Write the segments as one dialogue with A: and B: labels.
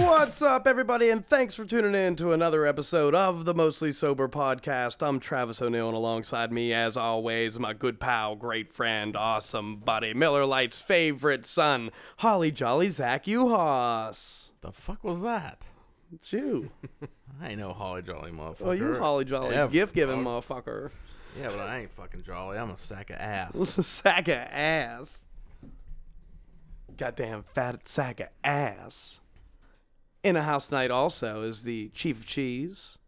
A: What's up, everybody, and thanks for tuning in to another episode of the Mostly Sober Podcast. I'm Travis O'Neill, and alongside me, as always, my good pal, great friend, awesome buddy, Miller Lite's favorite son, Holly Jolly Zach Uhas.
B: The fuck was that?
A: It's you.
B: I ain't no holly jolly motherfucker.
A: Oh, you Holly Jolly
B: Ever,
A: gift giving
B: dog.
A: motherfucker.
B: Yeah, but I ain't fucking jolly. I'm a sack of ass.
A: sack of ass. Goddamn fat sack of ass. In a house tonight also is the chief of cheese,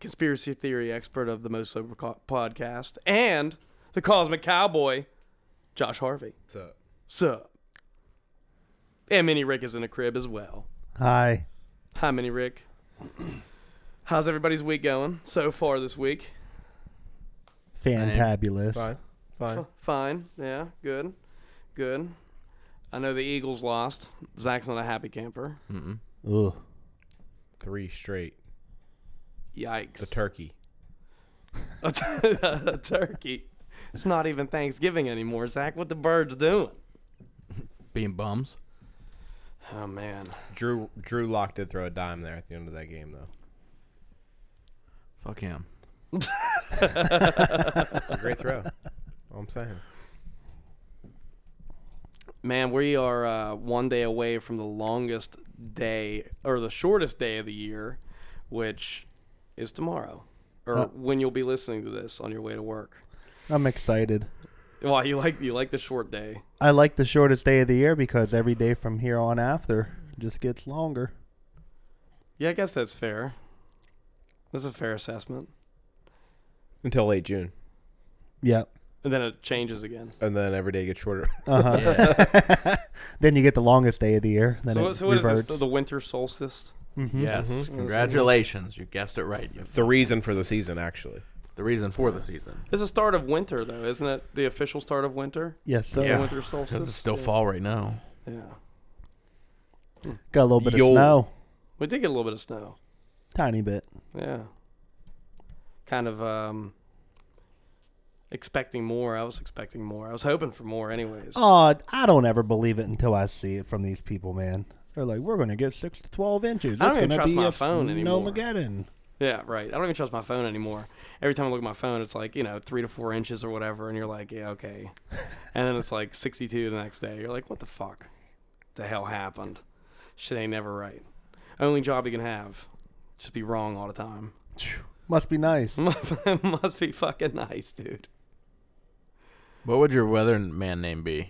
A: conspiracy theory expert of the most sober co- podcast, and the cosmic cowboy, Josh Harvey. Sup? Sup? And Mini Rick is in the crib as well.
C: Hi.
A: Hi, Mini Rick. How's everybody's week going so far this week?
C: Fantabulous.
A: F- Fine. Yeah. Good. Good. I know the Eagles lost. Zach's not a happy camper.
C: Ugh.
B: Three straight.
A: Yikes. The
B: Turkey.
A: a turkey. It's not even Thanksgiving anymore, Zach. What the birds doing?
B: Being bums.
A: Oh man.
D: Drew Drew Lock did throw a dime there at the end of that game though.
B: Fuck him.
D: It's a great throw. All I'm saying.
A: Man, we are uh, one day away from the longest day or the shortest day of the year, which is tomorrow, or when you'll be listening to this on your way to work.
C: I'm excited.
A: Wow, you like you like the short day.
C: I like the shortest day of the year because every day from here on after just gets longer.
A: Yeah, I guess that's fair. That's a fair assessment.
D: Until late June.
C: Yep.
A: And then it changes again.
D: And then every day gets shorter.
C: Then you get the longest day of the year. Then
A: So,
C: it
A: so what is
C: reverts. Mm-hmm.
A: this? The winter solstice?
B: Yes.
A: Mm-hmm.
B: Congratulations. You guessed it right. You-
D: the reason for the season actually.
B: The reason for the season.
A: It's the start of winter, though, isn't it? The official start of winter?
C: yes, sir.
A: The winter
B: 'Cause
A: solstice?
B: it's still fall right now.
A: Yeah.
C: Got a little bit
D: Yo.
C: of snow.
A: We did get a little bit of snow.
C: Tiny bit.
A: Yeah. Kind of um, expecting more. I was expecting more. I was hoping for more, anyways.
C: Oh, I don't ever believe it until I see it from these people, man. They're like, we're going to get six to 12 inches.
A: I don't
C: It's
A: even
C: gonna
A: trust
C: be
A: my
C: a
A: phone anymore."
C: snowmageddon."
A: Yeah, right. I don't even trust my phone anymore. Every time I look at my phone, it's like, you know, three to four inches or whatever, and you're like, yeah, okay. and then it's like 62 the next day. You're like, what the fuck? The hell happened? Shit ain't never right. Only job you can have, just be wrong all the time.
C: Must be nice.
A: Must be fucking nice, dude.
B: What would your weather man name be?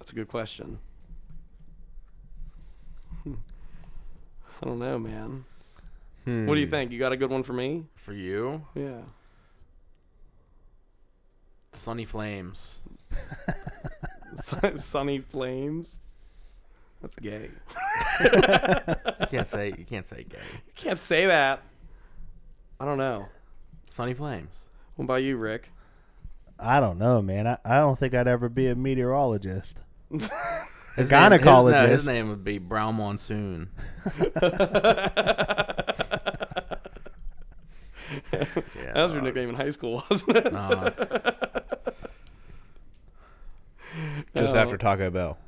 A: That's a good question. Hmm. I don't know, man. What do you think? You got a good one for me?
B: For you?
A: Yeah.
B: Sunny Flames.
A: Sun- Sunny flames. That's gay.
B: You can't say you can't say gay.
A: Can't say that. I don't know.
B: Sunny Flames.
A: What about you, Rick?
C: I don't know, man. I, I don't think I'd ever be a meteorologist.
B: His Name, his, no, his
C: gynecologist.
B: name would be Brown Monsoon. yeah,
A: That was your nickname in high school, wasn't it?
B: uh,
D: Just
A: Oh.
D: after Taco Bell.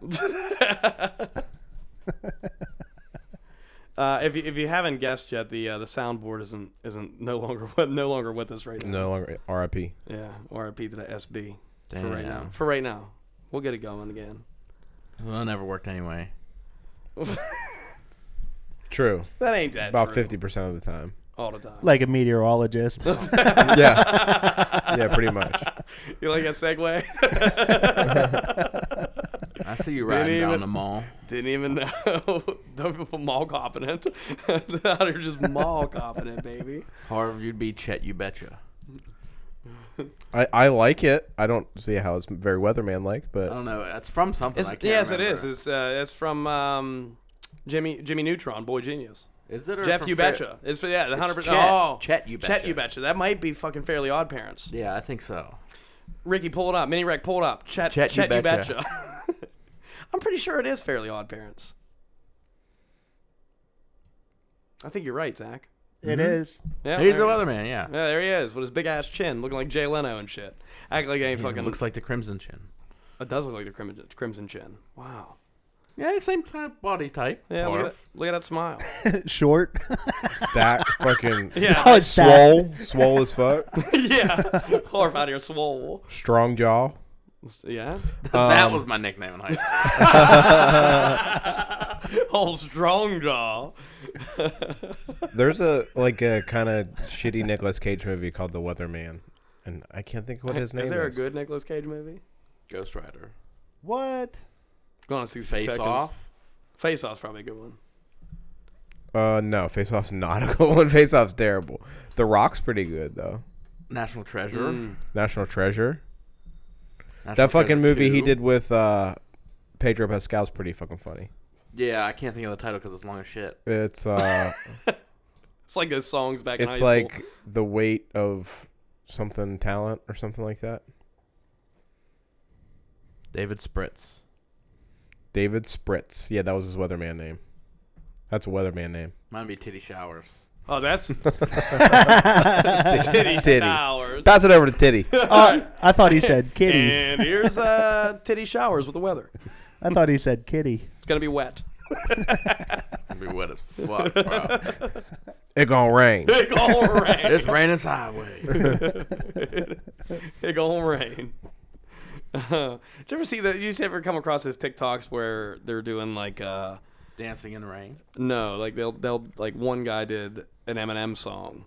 A: Uh, if you, if you haven't guessed yet, the uh, the soundboard isn't isn't no longer with, no longer with us right now.
D: No longer RIP.
A: Yeah. R.I.P. to the SB for
B: damn.
A: right now. For right now, we'll get it going again.
B: Well, it never worked anyway.
D: True.
A: That ain't that
D: About
A: true.
D: fifty percent of the time.
A: all the time.
C: Like a meteorologist.
D: yeah. Yeah, pretty much.
A: You like that segue?
B: I see you
A: Didn't
B: riding
A: even-
B: down the mall.
A: Didn't even know. Don't people mall competent. They're just mall competent, baby.
B: Harv, you'd be Chet, you betcha.
D: I, I like it. I don't see how it's very weatherman like,
B: I
D: but
B: don't know. It's from something.
A: It's,
B: I can't
A: yes, it
B: remember.
A: is. It's uh, it's from um, Jimmy Jimmy Neutron, Boy Genius.
B: Is it or
A: Jeff,
B: for
A: you
B: Fer-
A: betcha. It's for yeah, the hundred percent.
B: Chet.
A: Oh,
B: Chet, you
A: Chet,
B: betcha.
A: you betcha. That might be fucking Fairly Odd Parents.
B: Yeah, I think so.
A: Ricky, pull it up. Mini Rec, pull it up. Chet, Chet,
B: Chet, you
A: you betcha.
B: betcha.
A: I'm pretty sure it is Fairly Odd Parents. I think you're right, Zach.
C: It is.
A: Yeah,
B: He's the
A: there-
B: weatherman. Yeah.
A: Yeah, there he is with his big ass chin, looking like Jay Leno and shit. Act like he ain't
B: Yeah,
A: fucking.
B: looks like the Crimson Chin.
A: it does look like the crimson, crimson chin. Wow.
B: Yeah, same kind of body type.
A: Yeah,
B: Barf.
A: look at, that, look at that smile.
C: Short.
D: Stack fucking
A: Yeah,
C: oh, it's sad.
D: swole, swole as fuck,
A: yeah. Horrified out here, swole.
D: strong jaw.
A: Yeah.
D: Um,
B: that was my nickname in high school.
A: Whole strong jaw.
D: There's a like a kind of shitty Nicolas Cage movie called The Weatherman, and I can't think of what his name
A: Is
D: is.
A: there a good Nicolas Cage movie?
B: Ghost Rider.
C: what?
A: Gonna see
B: Face Off.
A: Face Off's probably a good one.
D: Uh, no, Face Off's not a good one. Face Off's terrible. The Rock's pretty good though.
B: National Treasure.
A: Mm. Hmm.
D: National Treasure.
B: National
D: that fucking
B: Treasure
D: movie he
B: 2.
D: did with uh, Pedro Pascal's pretty fucking funny.
B: Yeah, I can't think of the title because it's long as shit.
D: It's uh,
A: It's like those songs back in high
D: it's
A: school.
D: like the weight of something talent or something like that.
B: David Spritz.
D: David Spritz. Yeah, that was his weatherman name. That's a weatherman name.
B: Mine be Titty Showers.
A: oh, that's
D: Titty.
A: showers.
D: Pass it over to Titty.
C: Oh, I thought he said kitty.
A: And here's uh, titty showers with the weather.
C: I thought he said kitty.
A: It's gonna be wet.
B: It'd be wet as fuck, bro.
D: it gonna rain.
A: It gonna rain.
B: it's raining sideways.
A: It gonna rain. Uh, did you ever see that? You ever come across those TikToks where they're doing like uh,
B: Dancing in the rain.
A: No, like they'll they'll like one guy did an Eminem song,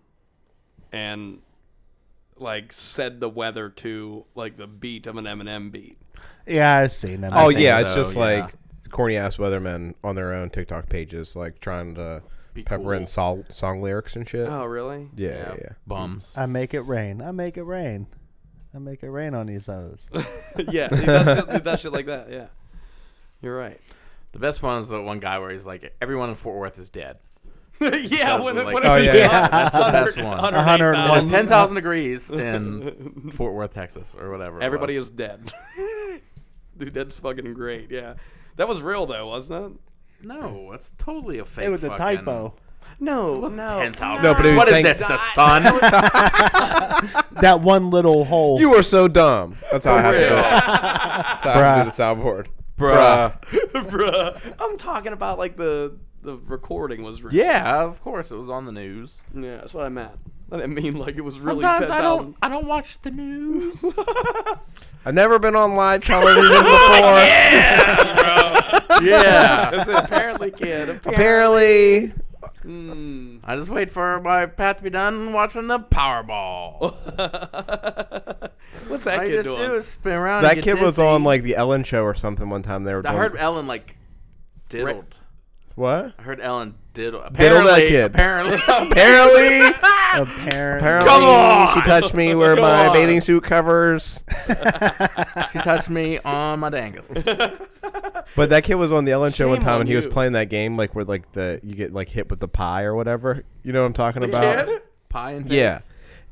A: and like said the weather to like the beat of an Eminem beat.
C: Yeah, I've seen that.
D: Oh
B: think
D: yeah,
B: so,
D: it's just
B: yeah.
D: like corny ass weathermen on their own TikTok pages, like trying to
B: Be
D: pepper in
B: cool.
D: sol- song lyrics and shit.
A: Oh, really?
D: Yeah, yeah, yeah.
B: Bums.
C: I make it rain. I make it rain. I make it rain on these hoes.
A: yeah, that's shit, that shit like that. Yeah, you're right.
B: The best one is the one guy where he's like, everyone in Fort Worth is dead.
A: yeah, when, it-
B: like-
A: when
D: Oh,
A: it was
D: yeah, yeah.
B: That's the best one.
C: 101.
B: It's 10,000 degrees in Fort Worth, Texas, or whatever. it
A: Everybody
B: was.
A: is dead. Dude, that's fucking great. Yeah, that was real though, wasn't it?
B: No, that's totally a fake.
C: It was a
B: fucking-
C: typo.
A: No,
B: It wasn't
A: no.
B: 10,000.
D: No, but it was
B: What is
D: saying-
B: this, the sun?
C: That one little hole.
D: You are so dumb. That's how I have to do it.
A: real.
D: That's how I have to do the soundboard.
B: Bruh.
A: Bruh, I'm talking about like the the recording was real.
B: Yeah, of course. It was on the news.
A: Yeah, that's what I meant. I didn't mean like it was really ten
B: Sometimes I
A: thousand.
B: don't, I don't watch the news.
D: I've never been on live television before.
B: yeah.
A: apparently, kid. Apparently.
D: Apparently,
B: I just wait for my Pat to be done watching the Powerball.
A: What's that
B: All
A: kid
B: you just do
A: doing?
B: is spin around.
D: that
B: and get
D: kid was
B: dizzy.
D: on like um, the Ellen Show or something one time. They were
B: I
D: doing-
B: heard Ellen like diddled.
D: what?
B: I heard Ellen diddle.
D: Diddled that
B: Apparently,
D: kid.
B: Apparently,
D: Apparently,
C: Apparently.
D: apparently,
B: Come on!
D: she touched me where my
B: on.
D: bathing suit covers.
B: she touched me on my dangus.
D: But that kid was on the Ellen show one
A: Shame
D: time,
A: on
D: and he was
A: you.
D: playing that game like where like the you get like hit with the pie or whatever. You know what I'm talking about?
A: Kid?
B: Pie and face.
D: Yeah.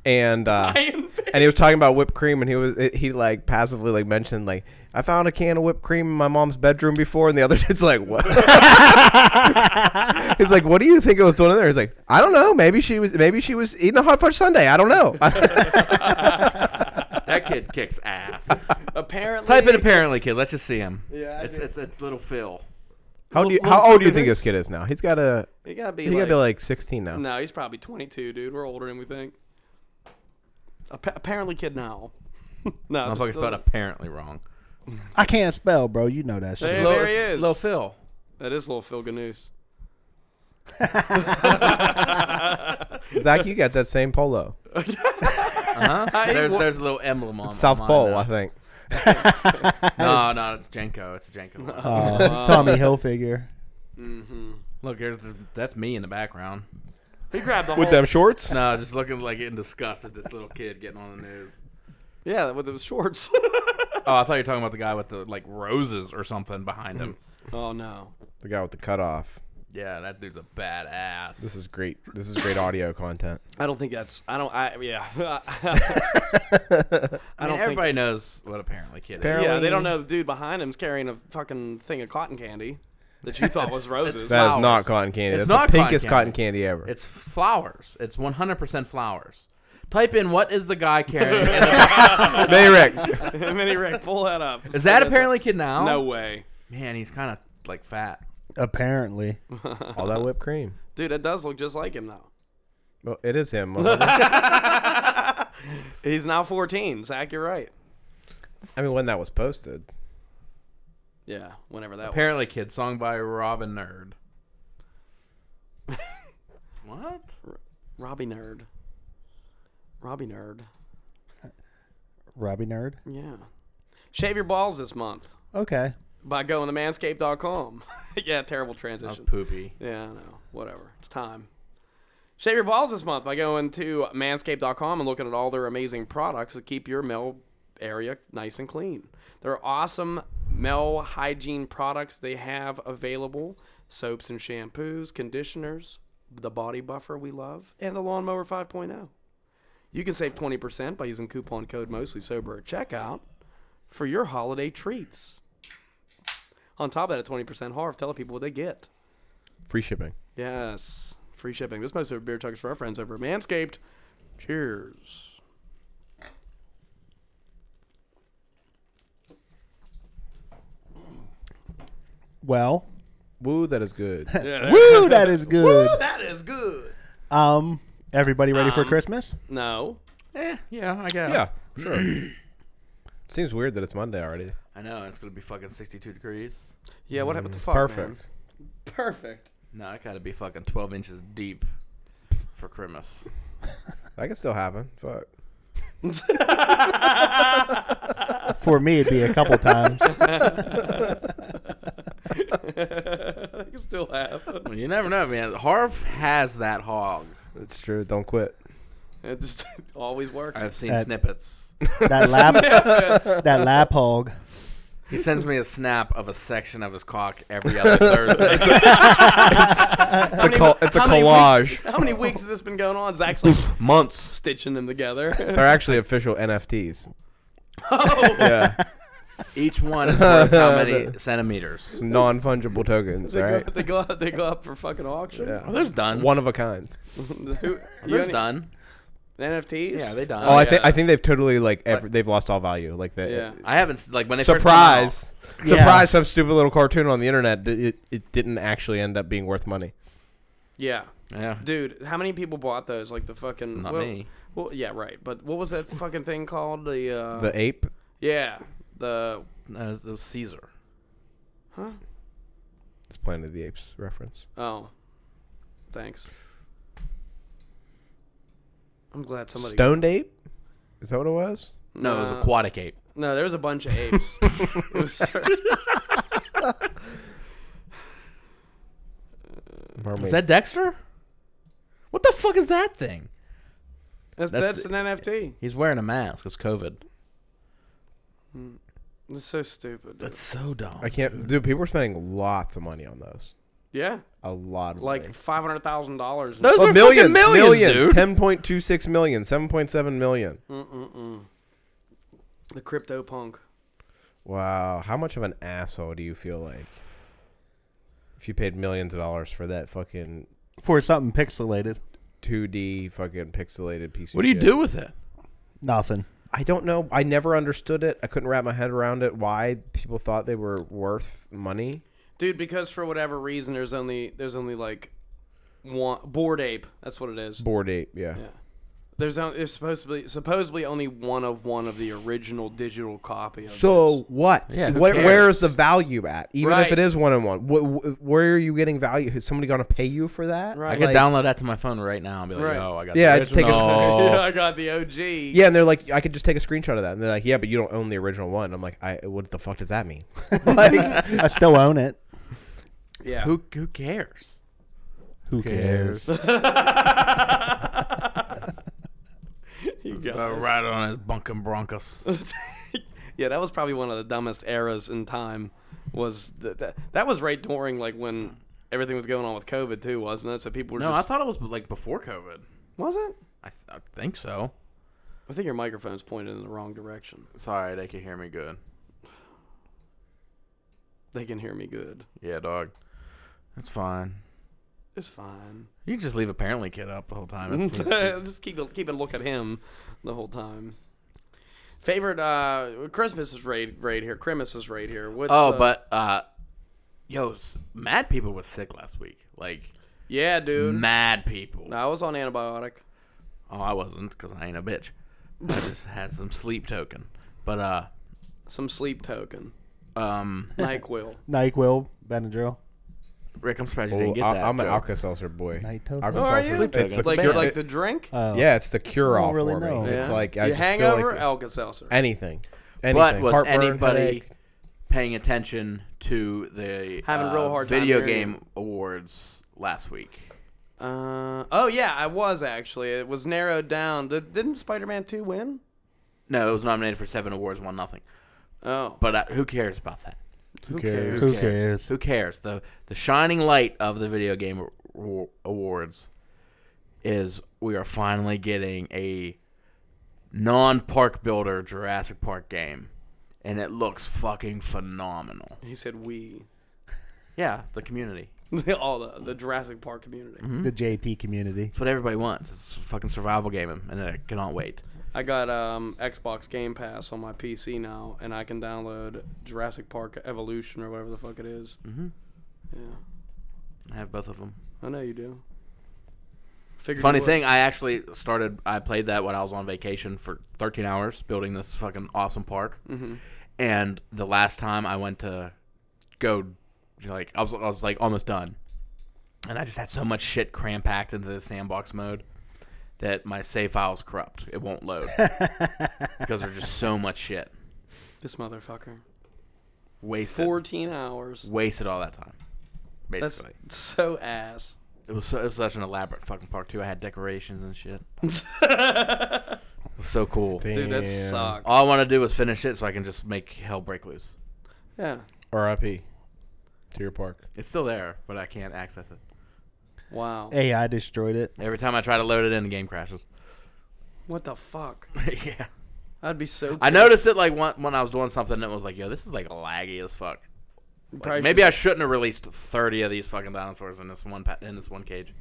D: And uh,
A: Iron Fist.
D: and he was talking about whipped cream, and he was it- he like passively like mentioned like I found a can of whipped cream in my mom's bedroom before, and the other dude's like what? He's like, what do you think it was doing in there? He's like, I don't know. Maybe she was maybe she was eating a hot fudge sundae. I don't know.
B: that kid kicks ass.
A: apparently.
B: Type in apparently, kid. Let's just see him.
A: Yeah, I
B: it's
A: do.
B: it's it's little Phil.
D: how do you, how old do you think this kid is now? He's got a
A: He gotta be.
D: he
A: like,
D: gotta be like 16 now.
A: No, he's probably 22, dude. We're older than we think. Appa- apparently, kid now. no, I'm
B: Motherfucker
A: just-
B: spelled apparently wrong.
C: I can't spell, bro. You know that
A: Hey,
C: shit.
A: there he
B: it's
A: is.
B: Little Phil.
A: that is little Phil Ganous.
D: Zach, you got that same polo,
B: Uh-huh. There's there's a little emblem on
D: South
B: on mine
D: Pole,
B: now.
D: I think.
B: No, no, it's Jenko. It's a Jenko. one.
C: Uh, Tommy Hilfiger.
B: Look, there's that's me in the background.
A: He grabbed the
D: With
A: whole-
D: them shorts.
B: No, just looking like in disgust at this little kid getting on the news.
A: Yeah, with those shorts.
B: Oh, I thought you were talking about the guy with the like roses or something behind him.
A: oh no.
D: The guy with the cutoff.
B: Yeah, that dude's a badass.
D: This is great. This is great audio content.
A: I don't think that's. I don't. I yeah.
B: I, mean,
A: don't think-
B: everybody knows what apparently kid is.
D: Apparently-
A: yeah, they don't know the dude behind him's carrying a fucking thing of cotton candy that you thought was roses.
D: That is not
B: flowers.
D: cotton candy.
B: It's
D: That's
B: not
D: the
B: cotton
D: pinkest
B: candy.
D: cotton candy ever.
B: It's flowers. It's 100% flowers. Type in what is the guy carrying? and-
D: Bayrek.
A: Mini Rick, pull that up.
B: is that apparently kid now?
A: No way,
B: Man, he's kind of like fat.
C: Apparently,
D: All that whipped cream.
A: dude. It does look just like him though.
D: Well, it is him. motherfucker.
A: He's now 14. Zach, you're right.
D: I mean, when that was posted,
A: Yeah, whenever that. was.
B: Apparently kid, song by Robin Nerd. what?
A: Robbie Nerd. Robbie Nerd.
C: Robbie nerd.
A: Yeah. Shave your balls this month
C: Okay,
A: by going to manscaped.com. yeah, terrible transition.
B: Poopy.
A: Yeah, I know. Whatever. It's time. Shave your balls this month by going to manscaped.com and looking at all their amazing products that keep your male area nice and clean. They're awesome male hygiene products they have available soaps and shampoos, conditioners, the body buffer we love, and the lawnmower 5.0. You can save 20% by using coupon code mostly sober at checkout for your holiday treats. On top of that, at 20% off, tell people what they get.
D: free shipping.
A: Yes. Free shipping. This must have beer tugs for our friends over at Manscaped. Cheers.
C: well,
D: Woo, that is good.
C: woo, that is good.
A: That is good.
C: Um, everybody ready for Christmas?
A: No.
B: Eh, yeah, I guess.
D: yeah, sure. Seems weird that it's Monday already.
B: I know it's gonna be fucking 62 degrees.
A: Yeah, what happened to fuck? man?
D: Perfect.
A: Perfect.
B: No, I gotta be fucking 12 inches deep for Christmas.
D: That could still happen. Fuck.
C: For me, it'd be a couple times.
A: you still have.
B: Well, you never know, man. Harv has that hog.
D: It's true. Don't quit.
A: It just always works.
B: I've seen
C: That-
B: snippets.
C: That lap, that lap hog.
B: He sends me a snap of a section of his cock every other Thursday.
D: It's a col- it's a
A: many
D: collage.
A: How many weeks has this been going on? Zach's like
D: Months.
A: stitching them together.
D: They're actually official NFTs. yeah,
B: Each one is worth how many centimeters?
D: non fungible tokens.
A: they,
D: All
A: go,
D: right.
A: they go up. They go up for fucking auction.
D: Yeah. Mm-hmm.
B: Are those done?
D: One of a kinds.
A: Who,
B: Are
A: you
B: those
A: any-
B: done?
A: NFTs.
B: Yeah, they done.
D: Oh, I think
A: yeah.
D: I think they've totally like ever- they've lost all value. Like that.
A: Yeah.
B: I haven't s- like when they first came out-
D: Surprise! Surprise! Some stupid little cartoon on the internet. d- It, it didn't actually end up being worth money.
A: Yeah.
B: Yeah.
A: Dude, how many people bought those? Like the fucking.
B: Not
A: well,
B: me.
A: Well, yeah, right. But what was that fucking thing called? The. Uh,
D: The ape.
A: yeah. The.
B: No, it was- it was Caesar.
D: It's Planet of the Apes reference.
A: Oh. Thanks. I'm glad somebody.
D: Stoned ape. Is that what it was?
B: No, it was aquatic ape.
A: No, there was a bunch of apes. It was cer-
D: Mermaid.
B: Is that Dexter? What the fuck is that thing?
A: that's,
B: That's
A: that's an NFT.
B: He's wearing a mask. It's COVID.
A: It's so stupid. dude.
B: That's so dumb.
D: I can't. Dude, people are spending lots of money on those.
A: Yeah.
D: A lot of
A: Like
D: money.
A: five hundred thousand dollars.
B: Those
D: Oh,
B: are
D: millions,
B: millions,
D: millions,
B: millions, dude.
D: 10.26 million, 7.7 million.
B: Hmm.
A: The crypto punk.
D: Wow, how much of an asshole do you feel like if you paid millions of dollars for that fucking
C: For something pixelated.
D: 2D fucking pixelated piece?
B: What
D: of
B: do you
D: shit?
B: do with it?
C: Nothing.
D: I don't know. I never understood it. I couldn't wrap my head around it. Why people thought they were worth money?
A: Dude, because for whatever reason, there's only there's only like one bored ape. That's what it is.
D: Board ape, yeah.
A: Yeah. There's, on- there's supposedly supposedly only one of one of the original digital copy. Of
D: So what?
B: Yeah, who
D: Where- where
B: cares?
D: is the value at? Even if
A: Right.
D: it is one on one, wh- wh- where are you getting value? Is somebody gonna pay you for that?
A: Right.
B: I
A: I
B: could
D: Like-
B: download that to my phone right now and be like,
A: Right.
B: "Oh, I got
D: Yeah,
B: the
D: I just take a
B: original."
A: this. Yeah, I got the OG.
D: Yeah, and they're like, I could just take a screenshot of that. And they're like, yeah, but you don't own the original one. I'm like, I what the fuck does that mean?
C: I still own it.
A: yeah.
B: Who who cares?
C: Who cares?
A: You got
B: Uh,
A: it.
B: right on his bunkum broncos.
A: yeah, that was probably one of the dumbest eras in time. Was th- th- that was right during like when everything was going on with COVID too, wasn't it? So people were
B: No, I
A: just
B: thought it was like before COVID.
A: was it?
B: I, th- I think so.
A: I think your microphone's pointed in the wrong direction.
B: It's all right. They can hear me good.
A: They can hear me good.
B: Yeah, dog. It's fine.
A: It's fine.
B: You just leave apparently kid up the whole time.
A: Mm-hmm.
B: It's, it's-
A: just keep a, keep a look at him the whole time. Favorite uh Christmas is right right here. Christmas is right here. What's,
B: oh,
A: uh,
B: but uh, yo, s- mad people was sick last week. Like
A: yeah, dude.
B: mad people.
A: I was on antibiotic.
B: Oh, I wasn't because I ain't a bitch. I just had some sleep token. But uh,
A: Some sleep token.
B: um,
A: Nyquil.
C: NyQuil, Benadryl.
B: Rick, I'm surprised you
D: Oh,
B: didn't get that.
D: I, am an
B: joke.
D: Alka Seltzer boy.
C: Night token?
D: Alka
C: Oh,
A: are
D: Seltzer.
A: you?
D: It's the
A: like
D: cure.
A: like the drink.
C: Oh.
D: yeah, it's the cure all
C: don't really
D: for me.
C: know.
D: Uh, It's
A: Yeah.
D: like I
A: Your
D: just
A: hangover,
D: feel like
A: Alka-Seltzer.
D: anything.
B: But
D: anything.
B: was
D: Heartburn,
B: anybody
D: headache.
B: paying attention to the
A: Having a
B: uh,
A: real hard time
B: video
A: hearing
B: game
A: you.
B: awards last week?
A: Uh, oh yeah, I was actually. It was narrowed down. Did, didn't Spider-Man Two win?
B: No, it was nominated for seven awards, won nothing.
A: Oh,
B: But uh, who cares about that?
A: who cares?
C: Who cares?
B: Who cares? The the shining light of the video game awa- awards is we are finally getting a non park builder Jurassic Park game, and it looks fucking phenomenal.
A: He said we.
B: Yeah, the community.
A: All the the Jurassic Park community.
D: Mm-hmm.
C: The JP community.
B: It's what everybody wants. It's a fucking survival game, and I cannot wait.
A: I got um, Xbox Game Pass on my PC now, and I can download Jurassic Park Evolution or whatever the fuck it is.
D: Mm-hmm.
B: Mhm.
A: Yeah,
B: I have both of them.
A: I know you do. Figured
B: Funny
A: you would.
B: thing, I actually started. I played that when I was on vacation for 13 hours building this fucking awesome park. And the last time I went to go, like I was, I was like almost done, and I just had so much shit cram packed into the sandbox mode that my save file's corrupt. It won't load because there's just so much shit.
A: This motherfucker.
B: Wasted,
A: Fourteen hours.
B: wasted all that time.
A: That's
B: Basically,
A: so ass.
B: it was, so, it was such an elaborate fucking park too. I had decorations and shit. it was so cool.
A: Dude, that
D: Damn.
A: sucks.
B: All I want to do is finish it so I can just make hell break loose.
A: Yeah.
D: R.I.P. to your park.
B: It's still there, but I can't access it.
A: Wow.
C: AI destroyed it.
B: Every time I try to load it in, the game crashes.
A: What the fuck?
B: yeah.
A: I'd be so.
B: I noticed it like one, when I was doing something that was like, yo, this is like laggy as fuck. Like, maybe I shouldn't have released 30 of these fucking dinosaurs in this one pa- in this one cage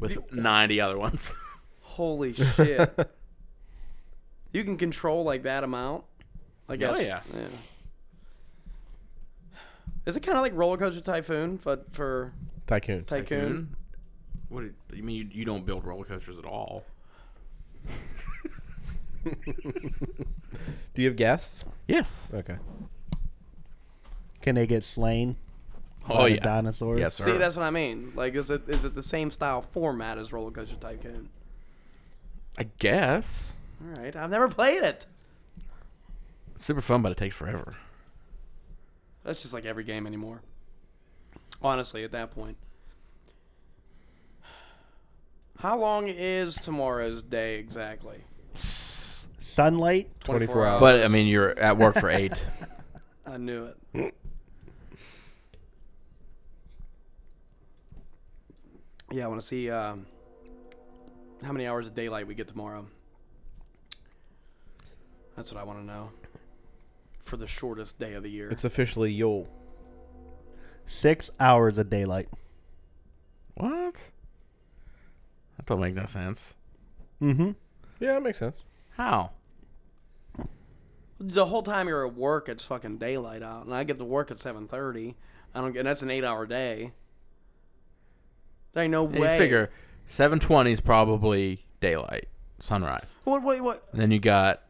B: with 90 other ones.
A: Holy shit. you can control like that amount. I guess.
B: Oh, yeah.
A: Is it kind of like roller coaster typhoon, but for
D: Tycoon.
A: tycoon?
B: what do you- you mean you, you don't build roller coasters at all?
D: Do you have guests?
B: Yes.
D: Okay.
C: Can they get slain?
B: Oh
C: by the
B: yeah.
C: dinosaurs.
B: Yes, sir.
A: See, that's what I mean. Like, is it is it the same style format as roller coaster tycoon?
B: I guess.
A: All right, I've never played it.
B: It's super fun, but it takes forever.
A: That's just like every game anymore. Honestly, at that point. How long is tomorrow's day exactly?
C: Sunlight.
D: 24 hours.
B: But I mean, you're at work for eight.
A: I knew it. yeah, I want to see um, how many hours of daylight we get tomorrow. That's what I want to know. For the shortest day of the year.
D: It's officially Yule.
C: Six hours of daylight.
B: What? That don't make no sense.
A: Mm-hmm.
D: Yeah, that makes sense.
B: How?
A: the whole time you're at work, it's fucking daylight out, and I get to work at seven thirty. I don't get, and that's an eight-hour day. There ain't no
B: You
A: way.
B: figure 720 is probably daylight, sunrise.
A: What? Wait, what?
B: And then you got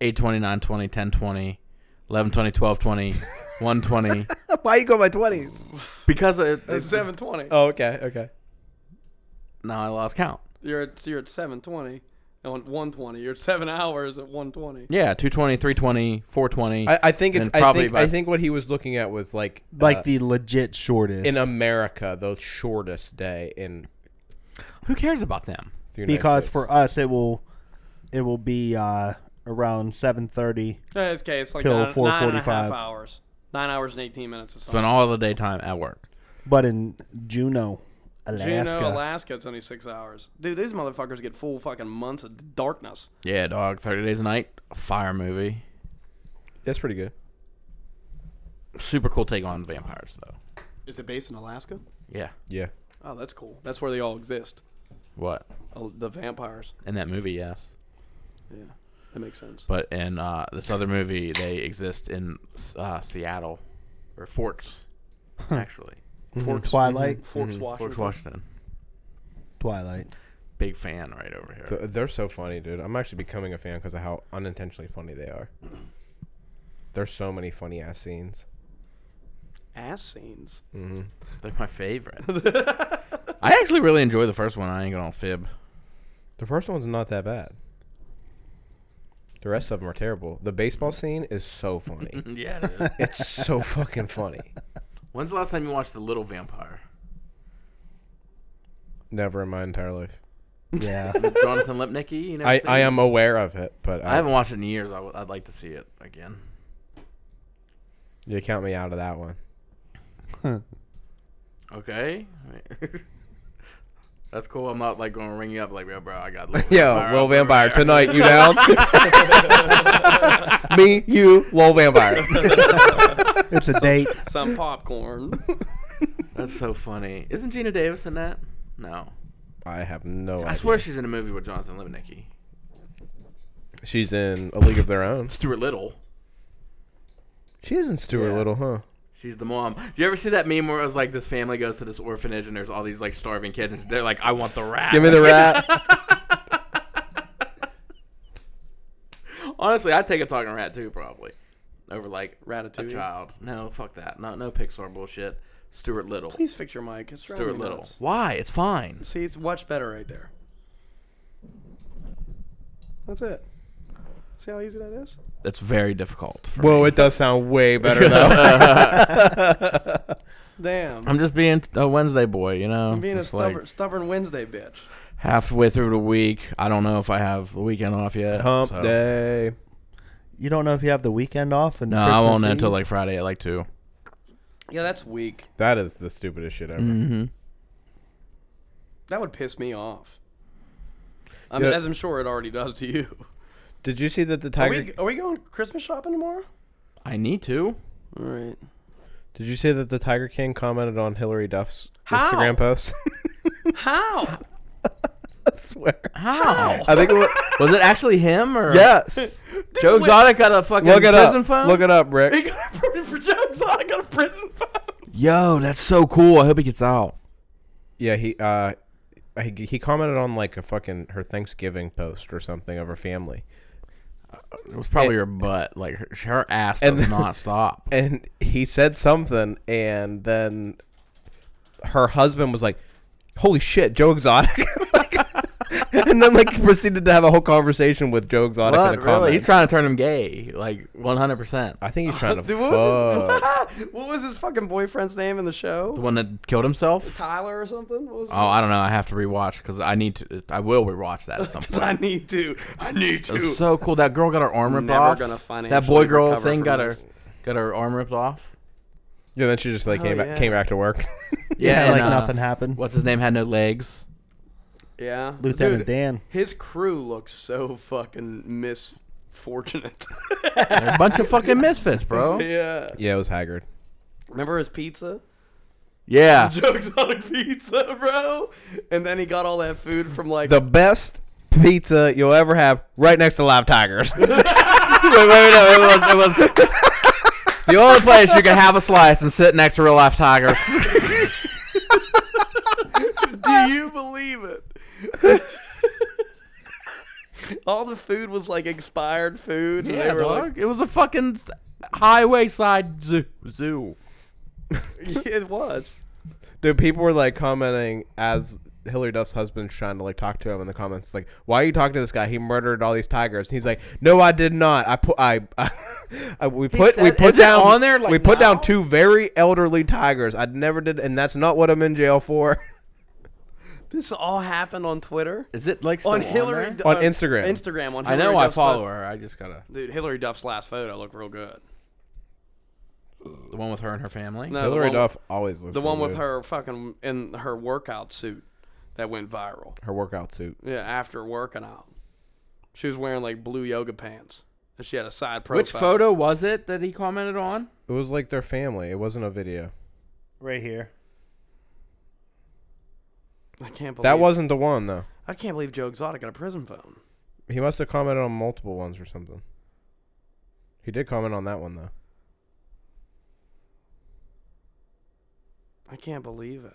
B: 820, 920, 1020, 1120, 1220, 120.
D: Why you go by 20s?
B: because it,
A: It's seven twenty.
D: Oh, okay, okay.
B: now I lost count.
A: You're at you're at seven twenty, on one twenty. You're at seven hours at one twenty.
B: Yeah, 220, 320, 420.
D: I, I think
B: and
D: it's.
B: then
D: I think,
B: by-
D: I think what he was looking at was like
C: Like
D: uh,
C: the legit shortest.
D: in America the shortest day in
B: Who cares about them?
D: the United
C: because
D: States.
C: for us it will it will be uh, around seven thirty.
A: It's okay. It's like
C: Till
A: nine, nine and a half
C: 4:45.
A: hours. Nine hours and eighteen minutes. Or
B: Spend
A: something.
B: all the daytime at work.
C: but in Juneau, Alaska.
A: Juneau, Alaska, it's only six hours. Dude, these motherfuckers get full fucking months of darkness.
B: Yeah, dog. Thirty Days a Night, a fire movie.
D: That's pretty good.
B: Super cool take on vampires, though.
A: Is it based in Alaska?
B: Yeah.
D: Yeah.
A: Oh, that's cool. That's where they all exist.
B: What?
A: Oh, the vampires.
B: In that movie, yes.
A: Yeah, that makes sense.
B: But in uh, this other movie, they exist in uh, Seattle or Forks, actually.
A: Forks,
C: Mm-hmm.
A: Mm-hmm.
C: Twilight.
A: Forks, Washington.
B: Mhm. Forks, Washington.
C: Twilight.
B: Big fan right over here.
D: So, they're so funny, dude. I'm actually becoming a fan because of how unintentionally funny they are. There's so many funny ass scenes.
A: Ass scenes.
B: They're my favorite. I actually really enjoy the first one. I ain't gonna fib.
D: The first one's not that bad. The rest of them are terrible. The baseball scene is so funny.
B: Yeah.
D: it's so fucking funny.
B: When's the last time you watched The Little Vampire?
D: Never in my entire life.
C: Yeah.
B: Jonathan Lipnicki. You never
D: I,
B: seen
D: I
B: it?
D: am aware of it, but
B: I haven't watched it in years. I w- I'd like to see it again.
D: You count me out of that one.
B: Okay. That's cool. I'm not like gonna ring you up like, yo, bro, I got. Little
D: Yo,
B: Vampire
D: Lil
B: over
D: Vampire
B: there."
D: tonight. You down? me, you, Lil Vampire.
C: it's a date.
A: Some popcorn.
B: That's so funny. Isn't Gina Davis in that? No.
D: I have no idea.
B: I swear she's in a movie with Jonathan Lipnicki.
D: she's in A League of Their Own.
B: Stuart Little.
D: She isn't Stuart
B: Yeah.
D: Little, huh?
B: She's the mom. Do you ever see that meme where it was like this family goes to this orphanage and there's all these like starving kids and they're like, I want the rat.
D: Give me the rat.
B: Honestly, I'd take a talking rat too, probably. Over like a
A: Ratatouille.
B: child. No, fuck that. No, no Pixar bullshit. Stuart Little.
A: Please fix your mic. It's driving
B: Stuart
A: me
B: Little.
A: nuts.
B: Why? It's fine.
A: See, it's much better right there. That's it. See how easy that is?
B: That's very difficult. For
D: Whoa,
B: me.
D: it does sound way better though.
A: Damn.
B: I'm just being a Wednesday boy, you know.
A: I'm being a
B: Just, like,
A: stubborn, stubborn Wednesday bitch.
B: halfway through the week. I don't know if I have the weekend off yet.
D: Hump
B: so-
D: day.
C: You don't know if you have the weekend off and
B: No, I
C: Christmas
B: won't know
C: Eve?
B: until like Friday at like two.
A: Yeah, that's weak.
D: That is the stupidest shit
B: Mm.
D: ever.
A: That would piss me off. I mean,
D: Yeah.
A: as I'm sure it already does to you.
D: Did you see that the
A: Are
D: tiger?
A: we, are we going Christmas shopping tomorrow?
B: I need to.
A: All right.
D: Did you see that the Tiger King commented on Hillary Duff's
A: How?
D: Instagram post?
A: How?
D: I swear.
B: How?
D: I think it was,
B: Was it actually him or
D: yes.
B: Joe Exotic got a fucking
D: Look it
B: prison
D: up.
B: phone?
D: Look it up, Rick.
A: For Joe Exotic got a prison phone.
B: Yo, that's so cool. I hope he gets out.
D: Yeah, he uh, he, he commented on like a fucking her Thanksgiving post or something of her family,
B: It was probably her butt. Like her, her ass
D: And-
B: does not stop.
D: and he said something, and then her husband was like, "Holy shit, Joe Exotic." and then like proceeded to have a whole conversation with Joe Exotic in the
B: What?
D: comments.
B: Really? He's trying to turn him gay. Like one hundred percent.
D: I think he's trying to
A: Dude, what was,
D: fuck.
A: his, what was his fucking boyfriend's name in the show?
B: The one that killed himself.
A: Tyler or something? What was
B: Oh, I don't know. I have to rewatch because I need to. I will rewatch that at some point.
A: I need to. I need
B: It
A: to.
B: was so cool. That girl got her arm ripped
A: Never
B: off.
A: gonna
B: that
A: financially
B: boy girl
A: recover
B: thing
A: from
B: got
A: this.
B: her got her arm ripped off.
D: Yeah, then she just like came
A: Oh, yeah.
D: back, came back to work.
C: Yeah,
B: and,
C: like
B: uh,
C: nothing happened.
B: What's his name had no legs.
A: yeah.
C: Lieutenant
A: Dude,
C: Dan.
A: his crew looks so fucking misfortunate.
B: They're a bunch of fucking misfits,
C: Oh.
B: bro.
A: yeah.
D: yeah, it was Haggard.
A: Remember his pizza?
B: Yeah.
A: Joe Exotic pizza, bro. And then he got all that food from like
D: the best pizza you'll ever have right next to live tigers wait wait no
B: It was the only place you could have a slice and sit next to real life tigers. Ah!
A: Do you believe it? All the food was like expired food. and they were
B: dog. it was a fucking s- highway side zoo. Zoo.
A: like, it was.
D: dude people were like commenting as hillary duff's husband's trying to like talk to him in the comments like why are you talking to this guy he murdered all these tigers and he's like no i did not i put i, I, we put we
B: said-
D: put
B: is it
D: down
B: on there, like,
D: we put
B: now?
D: down two very elderly tigers i never did and that's not what i'm in jail for
A: This all happened on Twitter.
B: Is it like still
A: On Hillary
B: there?
A: D- uh,
D: On Instagram.
A: Instagram on
B: I
A: Hillary
B: know I
A: Duff's
B: follow
A: last-
B: her. I just gotta.
A: Dude, Hillary Duff's last photo looked real good.
B: The one with her and her family.
A: No,
D: Hillary
A: the one,
D: Duff always looks
A: the one
D: really
A: with
D: good.
A: her fucking in her workout suit that went viral.
D: her workout suit.
A: Yeah, after working out, she was wearing like blue yoga pants, and she had a side profile.
B: Which photo was it that he commented on?
D: It was like their family. It wasn't a video.
C: Right here.
A: I can't believe
D: That wasn't the one though.
A: I can't believe Joe Exotic got a prison phone.
D: He must have commented on multiple ones or something. He did comment on that one though.
A: I can't believe it.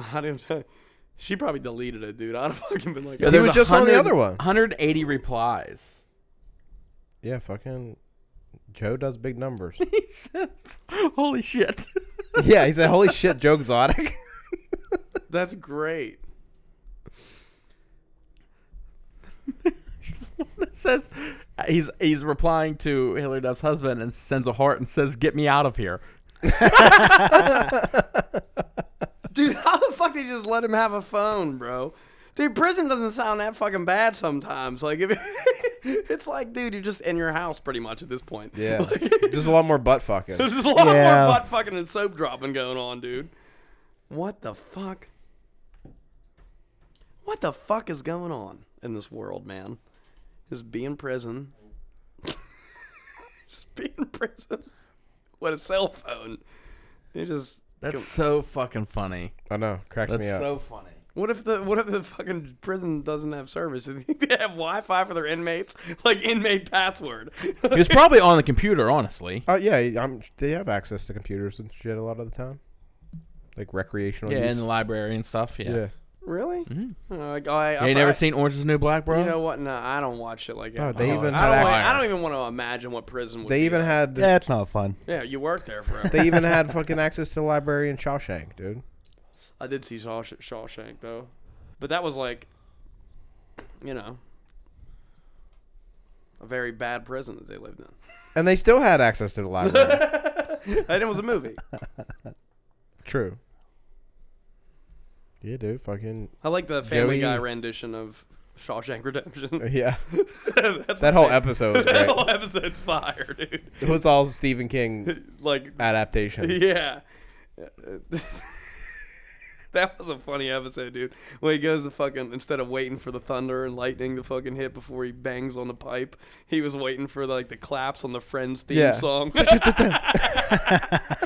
A: I didn't. She probably deleted it, dude. I'd have fucking been like,
D: Yeah, He was just on the other one.
B: 180 replies.
D: Yeah, fucking Joe does big numbers.
B: He says, "Holy shit."
D: yeah, he said, "Holy shit, Joe Exotic."
A: "That's great."
B: It says he's he's replying to Hillary Duff's husband and sends a heart and says, "Get me out of here."
A: Dude, how the fuck they just let him have a phone, bro? Dude, prison doesn't sound that fucking bad sometimes. Like, if it's like, dude, you're just in your house pretty much at this point.
D: Yeah, just a lot more butt fucking.
A: There's just a lot
C: Yeah.
A: more butt fucking and soap dropping going on, dude. What the fuck? What the fuck is going on in this world, man? Just be in prison. just be in prison with a cell phone. It just
B: That's so fucking funny.
D: I know, cracks
B: That's
D: me up.
B: so funny.
A: What if the what if the fucking prison doesn't have service? Do you think they have Wi-Fi for their inmates? Like inmate password.
B: He was probably on the computer, honestly.
D: Oh yeah, I'm, they have access to computers and shit a lot of the time, like recreational.
B: Yeah,
D: use.
B: in the library and stuff. Yeah.
D: yeah.
A: really? Mm-hmm. Like, I, I,
B: You never
A: I-
B: seen Orange is the New Black, bro?
A: You know what? No, I don't watch shit like that.
D: Oh, they
A: I don't
D: even
A: like- I,
D: had
A: don't like-
B: access-
A: I don't even want to imagine what prison would.
D: They
A: be
D: even
A: like.
D: had
C: Yeah, it's not fun.
A: Yeah, you worked there forever.
D: they even had fucking access to the library in Shawshank, dude.
A: I did see Shawsh- Shawshank though, but that was like, you know, a very bad prison that they lived in.
D: And they still had access to the library.
A: And it was a movie.
D: True. Yeah, dude. Fucking
A: I like the Family
D: Joey-
A: Guy rendition of Shawshank Redemption.
D: yeah.
A: That's
D: That whole episode was
A: That
D: great.
A: whole episode's fire, dude.
D: It was all Stephen King
A: Like,
D: adaptations.
A: yeah. that was a funny episode, dude. When he goes to fucking, instead of waiting for the thunder and lightning to fucking hit before he bangs on the pipe, he was waiting for, like, the claps on the Friends theme
D: Yeah.
A: song.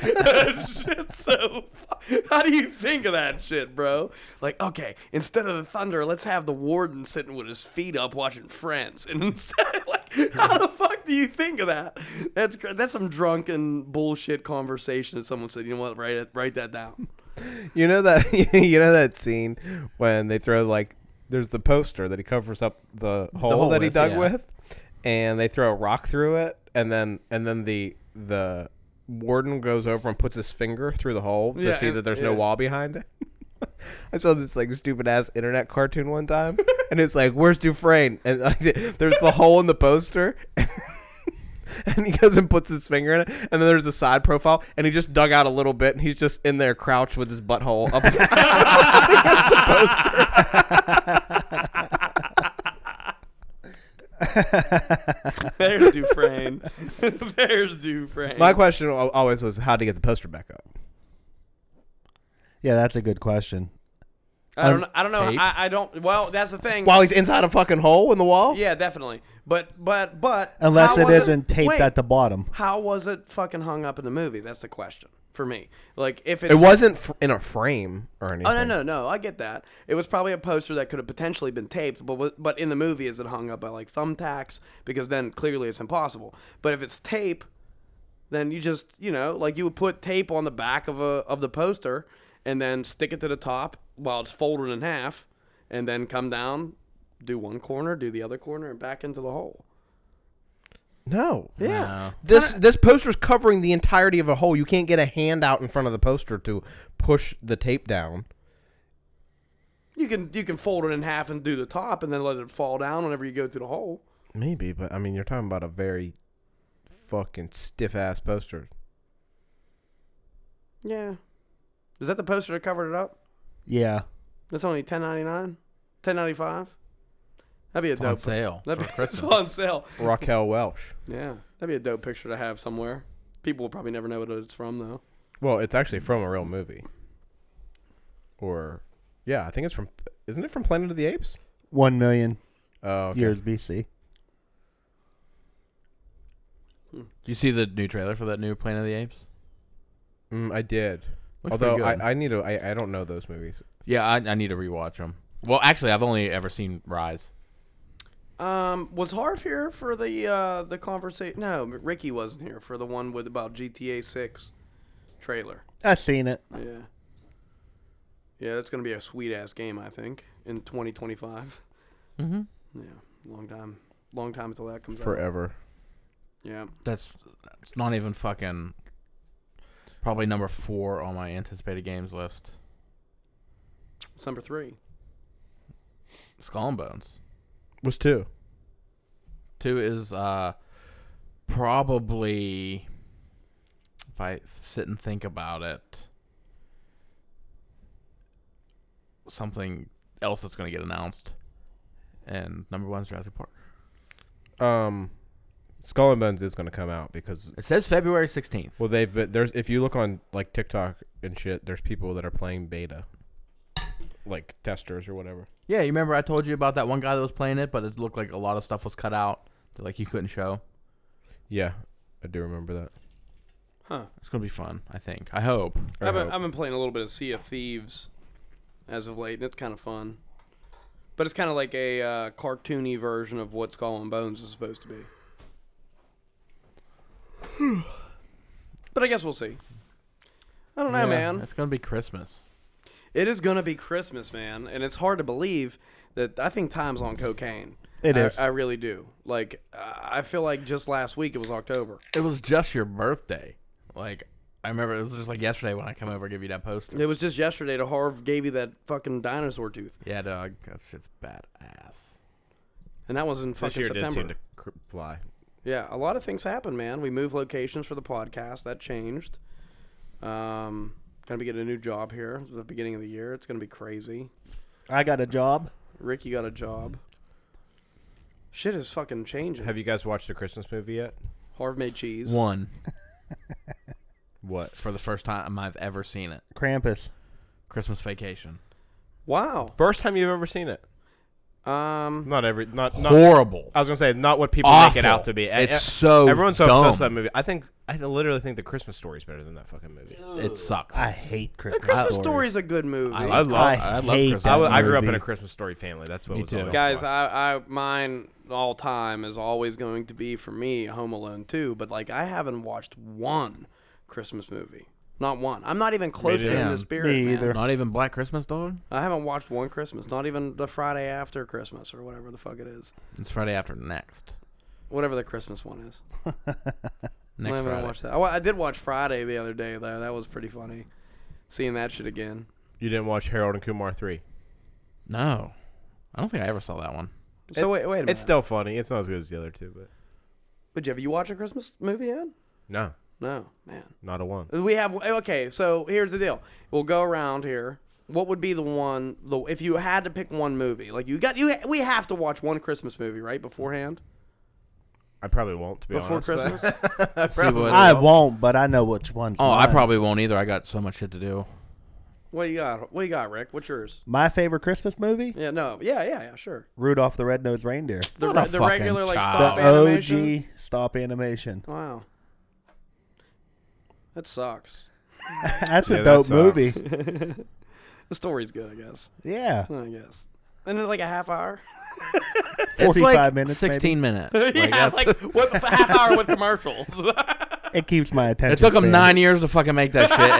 A: That shit's so. fu- How do you think of that shit, bro? Like, okay, instead of the thunder, let's have the warden sitting with his feet up watching Friends, and instead, like, how the fuck do you think of that? That's cr- that's some drunken bullshit conversation that someone said. You know what? Write it. Write that down.
D: You know that you know that scene when they throw like there's the poster that he covers up the hole,
B: hole
D: that he
B: with,
D: dug
B: yeah.
D: with, and they throw a rock through it, and then and then the the warden goes over and puts his finger through the hole
A: Yeah,
D: to see
A: and-
D: that there's no
A: yeah.
D: wall behind it. I saw this like stupid ass internet cartoon one time, and it's like, "Where's Dufresne?" And like, there's the hole in the poster, and he goes and puts his finger in it, and then there's a side profile, and he just dug out a little bit, and he's just in there crouched with his butthole up against the poster.
A: There's Dufresne. There's Dufresne.
D: My question al- always was how to get the poster back up.
C: Yeah, that's a good question.
A: I don't. I don't know.
B: Tape?
A: I, I don't. Well, that's the thing.
D: While he's inside a fucking hole in the wall.
A: yeah, definitely. But but but
C: Unless
A: how
C: it
A: was
C: isn't taped
A: Wait.
C: at the bottom.
A: how was it fucking hung up in the movie? That's the question for me. Like if it's
D: It wasn't fr- in a frame or anything.
A: Oh no no no! I get that. It was probably a poster that could have potentially been taped, but wa- but in the movie, is it hung up by like thumbtacks? Because then clearly it's impossible. But if it's tape, then you just you know like you would put tape on the back of a of the poster and then stick it to the top while it's folded in half, and then come down, do one corner, do the other corner, and back into the hole.
D: No.
A: Yeah.
D: This this poster's covering the entirety of a hole. You can't get a hand out in front of the poster to push the tape down.
A: You can you can fold it in half and do the top, and then let it fall down whenever you go through the hole.
D: Maybe, but I mean, you're talking about a very fucking stiff ass poster.
A: Yeah. Is that the poster that covered it up?
C: Yeah.
A: That's only ten ninety nine, ten ninety five. That'd be a dope.
B: on sale
A: That'd
B: for
A: be, it's on sale.
D: Raquel Welsh.
A: Yeah, that'd be a dope picture to have somewhere. People will probably never know what it's from though.
D: Well, it's actually from a real movie. Or, yeah, I think it's from. Isn't it from Planet of the Apes?
C: One million
D: Oh, okay.
C: years BC.
B: Do you see the new trailer for that new Planet of the Apes?
D: Mm, I did.
B: Looks pretty
D: Although
B: good.
D: I, I need to. I, I don't know those movies.
B: yeah, I, I need to rewatch them. Well, actually, I've only ever seen Rise.
A: Um, was Harv here for the uh, the conversation? No, Ricky wasn't here for the one with about GTA Six trailer.
C: I seen it.
A: Yeah, yeah, that's gonna be a sweet ass game, I think, in 2025. Mm-hmm. Yeah, long time, long time until that comes out.
D: Forever.
A: Yeah,
B: That's it's not even fucking probably number four on my anticipated games list.
A: it's number three.
B: Skull and Bones.
D: Was two.
B: Two is uh probably if I sit and think about it something else that's gonna get announced. And number one's Jurassic Park.
D: Um, Skull and Bones is going to come out because
B: It says February sixteenth.
D: well they've been, there's if you look on like TikTok and shit there's people that are playing beta, like testers or whatever.
B: Yeah, you remember I told you about that one guy that was playing it, but it looked like a lot of stuff was cut out that like he couldn't show.
D: Yeah, I do remember that.
B: It's gonna be fun, I think. I hope.
D: I
A: I've been,
C: Uh-huh.
D: hope.
A: I've been playing a little bit of Sea of Thieves as of late, and it's kind of fun. But it's kind of like a uh, cartoony version of what Skull and Bones is supposed to be. but I guess we'll see. I don't know, man.
B: It's gonna be Christmas.
A: It is gonna be Christmas, man, and it's hard to believe that I think time's on cocaine. It
C: It
A: is.
C: is.
A: I, really do. Like I I feel like just last week it was October.
B: It was just your birthday. Like I remember it was just like yesterday when I come over and give you that poster.
A: It was just yesterday. The Harv gave you that fucking dinosaur tooth,
B: Yeah, dog. That shit's badass.
A: and that was in fucking
D: This year
A: September.
D: did seem to cr- fly.
A: Yeah, a lot of things happened, man. We moved locations for the podcast. That changed. Um, gonna be getting a new job here at the beginning of the year. It's gonna be crazy.
C: I got a job.
A: Ricky got a job. Shit is fucking changing.
D: Have you guys watched the Christmas movie yet?
A: Harv made cheese.
B: One
D: What?
B: for the first time I've ever seen it.
C: Krampus.
B: Christmas Vacation.
A: Wow.
D: First time you've ever seen it?
A: Um,
D: Not every not not.
B: Horrible.
D: I was gonna say not what people make it
B: Awful.
D: out to be.
B: It's
D: E- e-
B: so
D: everyone's so obsessed with that
B: dumb.
D: movie. I think I literally think the Christmas story is better than that fucking movie.
B: It sucks.
C: I hate Christmas.
A: Christmas Story's a good movie.
D: I love. I,
B: I love
C: hate
B: Christmas.
C: that
D: I, was- I grew up
C: movie.
D: in a Christmas story family. That's what
B: Me
D: was
B: too.
D: always
A: Guys,
D: watched.
A: I, I mine all time is always going to be for me Home Alone 2, but like I haven't watched one Christmas movie. Not one. I'm not even close to in
B: neither.
A: the spirit.
C: Me
A: man.
C: either.
B: Not even Black Christmas, dog.
A: I haven't watched one Christmas, not even the Friday after Christmas or whatever the fuck it is.
B: It's Friday after next.
A: Whatever the Christmas one is. I
B: Next
A: haven't
B: Friday.
A: watched that. I, wa- I did watch Friday the other day, though. That was pretty funny. Seeing that shit again.
D: you didn't watch Harold and Kumar three.
B: No, I don't think I ever saw that one.
A: So, wait, wait a minute.
D: It's still funny. It's not as good as the other two, but
A: Would you, have you watched a Christmas movie yet?
D: no,
A: No, man.
D: not a one.
A: We have, okay, so here's the deal. We'll go around here. What would be the one, the if you had to pick one movie? Like, you got, you we have to watch one Christmas movie, right? Beforehand?
D: I probably won't. To be
A: Before
D: honest, but-
A: Christmas?
B: See what-
C: I won't, but I know which one's.
B: uh, oh, I
C: mine.
B: probably won't either. I got so much shit to do.
A: what you got? What you got, Rick? What's yours?
C: My favorite Christmas movie?
A: Yeah, no. Yeah, yeah, yeah, sure.
C: Rudolph the Red-Nosed Reindeer.
A: The,
B: Not
A: re-
B: a
A: the
B: fucking
A: regular, like,
B: child.
A: stop
B: The
A: animation.
C: OG stop animation.
A: Wow. That sucks.
C: That's a
D: Yeah, that
C: dope
D: sucks.
C: movie.
A: The story's good, I guess.
C: Yeah.
A: I guess. And then like a half hour.
B: It's
C: 45
B: like
C: minutes,
B: Sixteen minutes.
A: yeah, like what, a half hour with commercials.
C: It keeps my attention.
B: It took them
C: span.
B: nine years to fucking make that shit,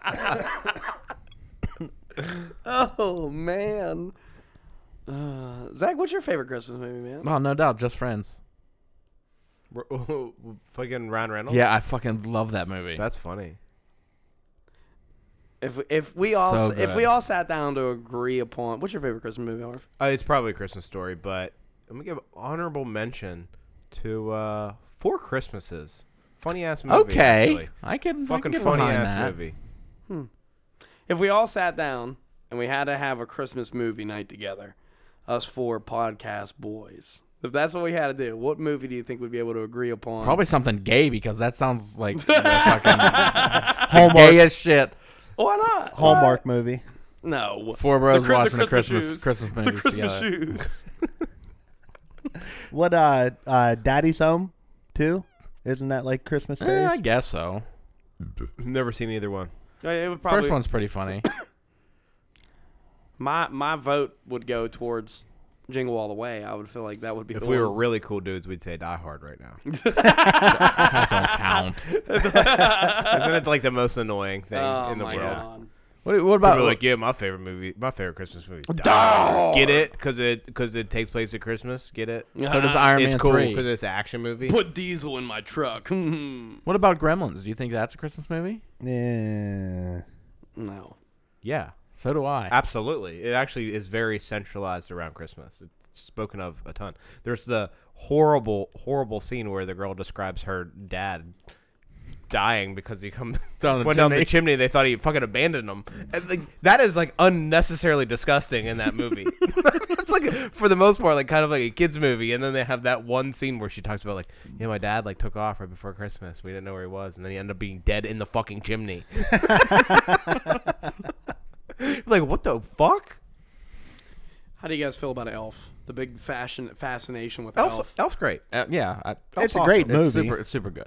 B: and it's fucking sixteen minutes long.
A: oh man. Uh, Zach, what's your favorite Christmas movie, man?
B: Well, Oh, no doubt, just friends.
D: R- fucking Ryan
A: Oh.
D: Reynolds.
B: Yeah, I fucking love that movie.
D: that's funny.
A: If if we all
B: So
A: s- if
B: good.
A: we all sat down to agree upon what's your favorite Christmas movie, Harv?
D: Uh, it's probably a Christmas story, but I'm gonna give honorable mention to uh, Four Christmases. Funny ass movie.
B: okay,
D: actually.
B: I can I can
D: Fucking
B: get
D: funny
B: behind
D: ass
B: that.
D: movie.
A: If we all sat down and we had to have a Christmas movie night together, us four podcast boys. If that's what we had to do, what movie do you think we'd be able to agree upon?
B: Probably something gay because that sounds like the fucking gay as shit.
A: Why not?
C: Hallmark movie.
A: No.
B: Four bros
A: The cri- the
B: watching the
A: Christmas shoes.
B: Christmas Christmas
A: The
B: movies
A: Christmas
B: together.
A: shoes.
C: What uh uh Daddy's Home too? Isn't that like Christmas based?
B: Eh, I guess so.
E: Never seen either one.
A: Oh, Yeah, it would probably,
B: First one's pretty funny.
A: My my vote would go towards Jingle All the Way. I would feel like that would be
D: If
A: the
D: we were
A: one.
D: really cool dudes, we'd say Die Hard right now. Isn't
B: That don't count.
D: it like the most annoying thing
A: Oh
D: in the
A: my
D: world?
A: God.
B: What, what
D: People
B: about
D: are like, yeah, my favorite movie, my favorite Christmas movie. is Die Hard. Get it? Because it because it takes place at Christmas. Get it?
B: so does Iron
D: it's
B: Man
D: cool
B: three?
D: because it's an action movie.
A: Put diesel in my truck. Hmm.
B: What about Gremlins? Do you think that's a Christmas movie?
C: Yeah.
A: no.
D: yeah,
B: So do I.
D: absolutely. It actually is very centralized around Christmas. It's spoken of a ton. There's the horrible, horrible scene where the girl describes her dad dying because he come
B: Down the
D: went down the
B: chimney.
D: chimney. They thought he fucking abandoned him. And, like, that is like unnecessarily disgusting in that movie. it's like for the most part, like kind of like a kids movie. And then they have that one scene where she talks about like, yeah, my dad like took off right before Christmas. We didn't know where he was, and then he ended up being dead in the fucking chimney. like what the fuck?
A: How do you guys feel about Elf? The big fashion fascination with
D: Elf's,
A: Elf.
D: Elf's great.
B: Uh, yeah, I,
C: It's a great
B: It's
C: movie.
B: super, it's super good.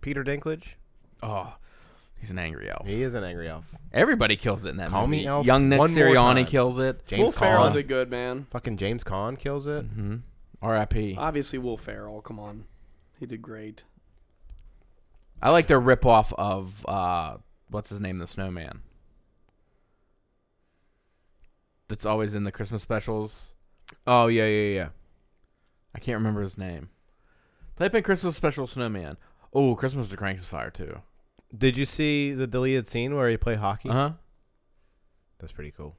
D: Peter Dinklage.
B: Oh, he's an angry elf.
D: He is an angry elf.
B: Everybody kills it in that
D: Call me
B: movie.
D: elf
B: Young Nick
D: one more
B: Sirianni
D: time.
B: kills it.
A: Will
D: James
A: Ferrell
D: Caan.
A: did good, man.
D: Fucking James Caan kills it.
B: R.I.P.
A: Obviously, Will Ferrell. Come on, he did great.
B: I like their ripoff of uh, what's his name, the Snowman. That's always in the Christmas specials.
D: Oh yeah, yeah, yeah.
B: I can't remember his name. Type in Christmas special Snowman. Oh, Christmas with the Cranks is fire too.
D: Did you see the deleted scene where he play hockey?
B: Uh huh.
D: That's pretty cool.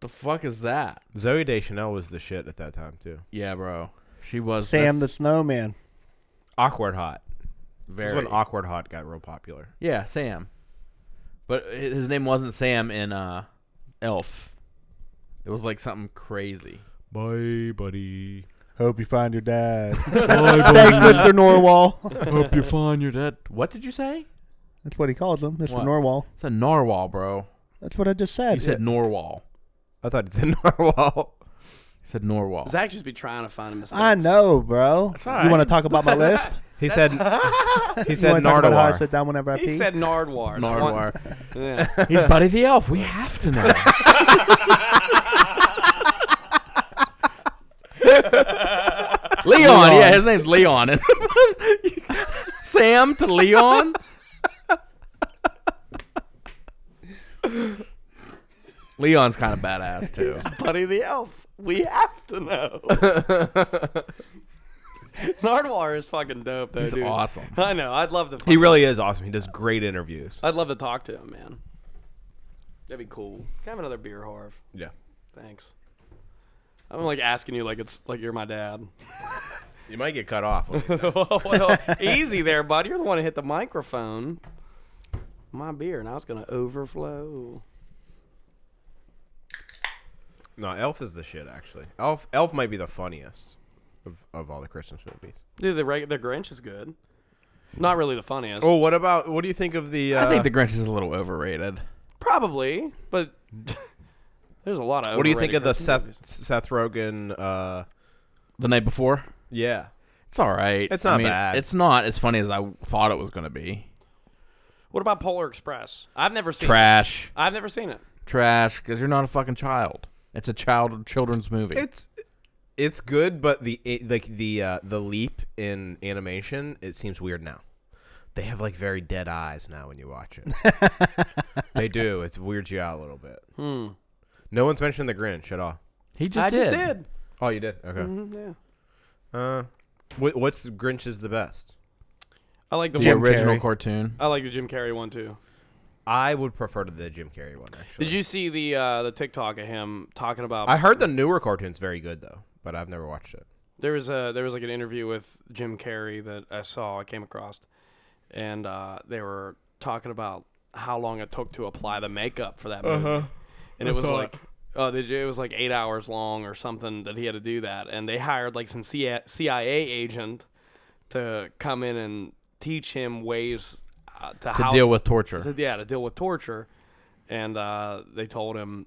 B: The fuck is that?
D: Zoe Deschanel was the shit at that time too.
B: Yeah, bro. She was
C: Sam the
B: that's
C: Snowman.
D: Awkward Hot. That's
B: very
D: when Awkward Hot got real popular.
B: yeah Sam, but hi- his name wasn't Sam in uh, Elf. It was like something crazy.
D: Bye, buddy.
C: Hope you find your dad. Thanks, Mr. Norwal.
B: Hope you find your dad. What did you say?
C: That's what he calls him, Mr.
B: What?
C: Norwal.
B: It's a narwhal, bro.
C: That's what I just
B: You
C: said.
B: said narwhal.
D: I thought it's in Norwal.
B: You said narwhal.
A: Zach just be trying to find a mistake.
C: I know, bro.
B: all right.
C: You want to talk about my lisp?
D: He said he
C: you
D: said
C: want to talk about how I
D: Nardwar.
C: sit down whenever I
A: He
C: pee?
A: said Nardwar.
B: Narwhal.
A: Yeah.
B: He's Buddy the Elf. We have to know. Leon, yeah, his name's Leon. And Sam to Leon. Leon's kind of badass too.
A: Buddy the Elf. We have to know. Nardwar is fucking dope, though,
B: He's
A: dude.
B: awesome.
A: I know. I'd love to.
D: He really is awesome. He does great interviews.
A: I'd love to talk to him, man. That'd be cool. Can I have another beer, Harv?
D: Yeah.
A: Thanks. I'm like asking you like it's like you're my dad.
D: You might get cut off.
A: well, easy there, bud. You're the one who hit the microphone. My beer, and I was gonna overflow.
D: no, Elf is the shit actually. Elf Elf might be the funniest of, of all the Christmas movies.
A: Dude, the reg- the Grinch is good. Not really the funniest.
D: Oh, what about what do you think of the uh,
B: I think the Grinch is a little overrated.
A: Probably, but there's a lot of.
D: What do you think
A: overrated
D: of the
A: Christmas
D: Seth
A: movies.
D: Seth Rogen uh
B: The night before,
D: yeah.
B: it's all right.
D: It's
B: I
D: not
B: mean,
D: bad.
B: It's not as funny as I thought it was going to be.
A: What about Polar Express? I've never seen. it.
B: Trash.
A: I've never seen it.
B: trash because you're not a fucking child. It's a child children's movie.
D: It's it's good, but the it, like the uh, the leap in animation it seems weird now. They have like very dead eyes now when you watch it. they do. It weirds you out a little bit. Hmm. No one's mentioned the Grinch at all.
B: he just
A: I
B: did.
A: just did.
D: Oh, you did. Okay.
A: Mm, yeah.
D: Uh, what, what's Grinch is the best?
A: I like the
B: The
A: one.
B: original cartoon.
A: I like the Jim Carrey one too.
D: I would prefer to the Jim Carrey one. Actually,
A: Did you see the uh, the TikTok of him talking about?
D: I heard the newer cartoon's very good though, but I've never watched it.
A: there was a there was like an interview with Jim Carrey that I saw I came across, and uh, they were talking about how long it took to apply the makeup for
B: Uh-huh.
A: that movie. And it was
B: saw
A: like, oh, did you? It was like eight hours long or something that he had to do that. And they hired like some CIA agent to come in and teach him ways uh, to,
B: to
A: how
B: deal with torture.
A: to- yeah, to deal with torture. And uh, they told him,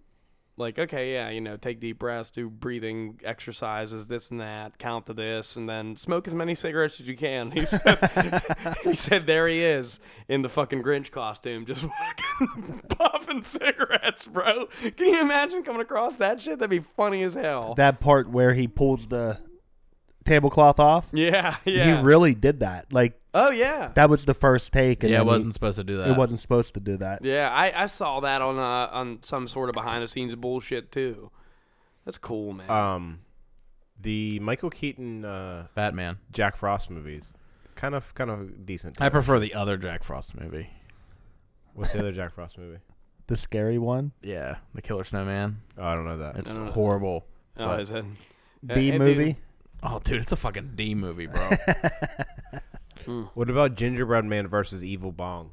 A: like, okay, yeah, you know, take deep breaths, do breathing exercises, this and that, count to this, and then smoke as many cigarettes as you can. He said, he said there he is in the fucking Grinch costume, just fucking puffing cigarettes, bro. Can you imagine coming across that shit? That'd be funny as hell.
C: That part where he pulls the tablecloth off.
A: yeah, yeah.
C: He really did that. Like
A: oh, yeah.
C: that was the first take. And
B: Yeah, it
C: then he-
B: wasn't supposed to do that.
C: It wasn't supposed to do that.
A: Yeah, I, I saw that on uh, on some sort of behind the scenes bullshit too. That's cool, man.
D: Um, the Michael Keaton uh,
B: Batman.
D: Jack Frost movies, kind of kind of decent.
B: I prefer the other Jack Frost movie.
D: What's the other Jack Frost movie?
C: The scary one,
B: Yeah, The Killer Snowman.
D: Oh, I don't know that.
B: It's
A: don't know.
B: horrible.
A: oh,
B: but-
A: is Uh, it?
C: B
A: hey, dude.
C: movie.
B: Oh, dude, it's a fucking D movie, bro.
D: What about Gingerbread Man versus Evil Bong?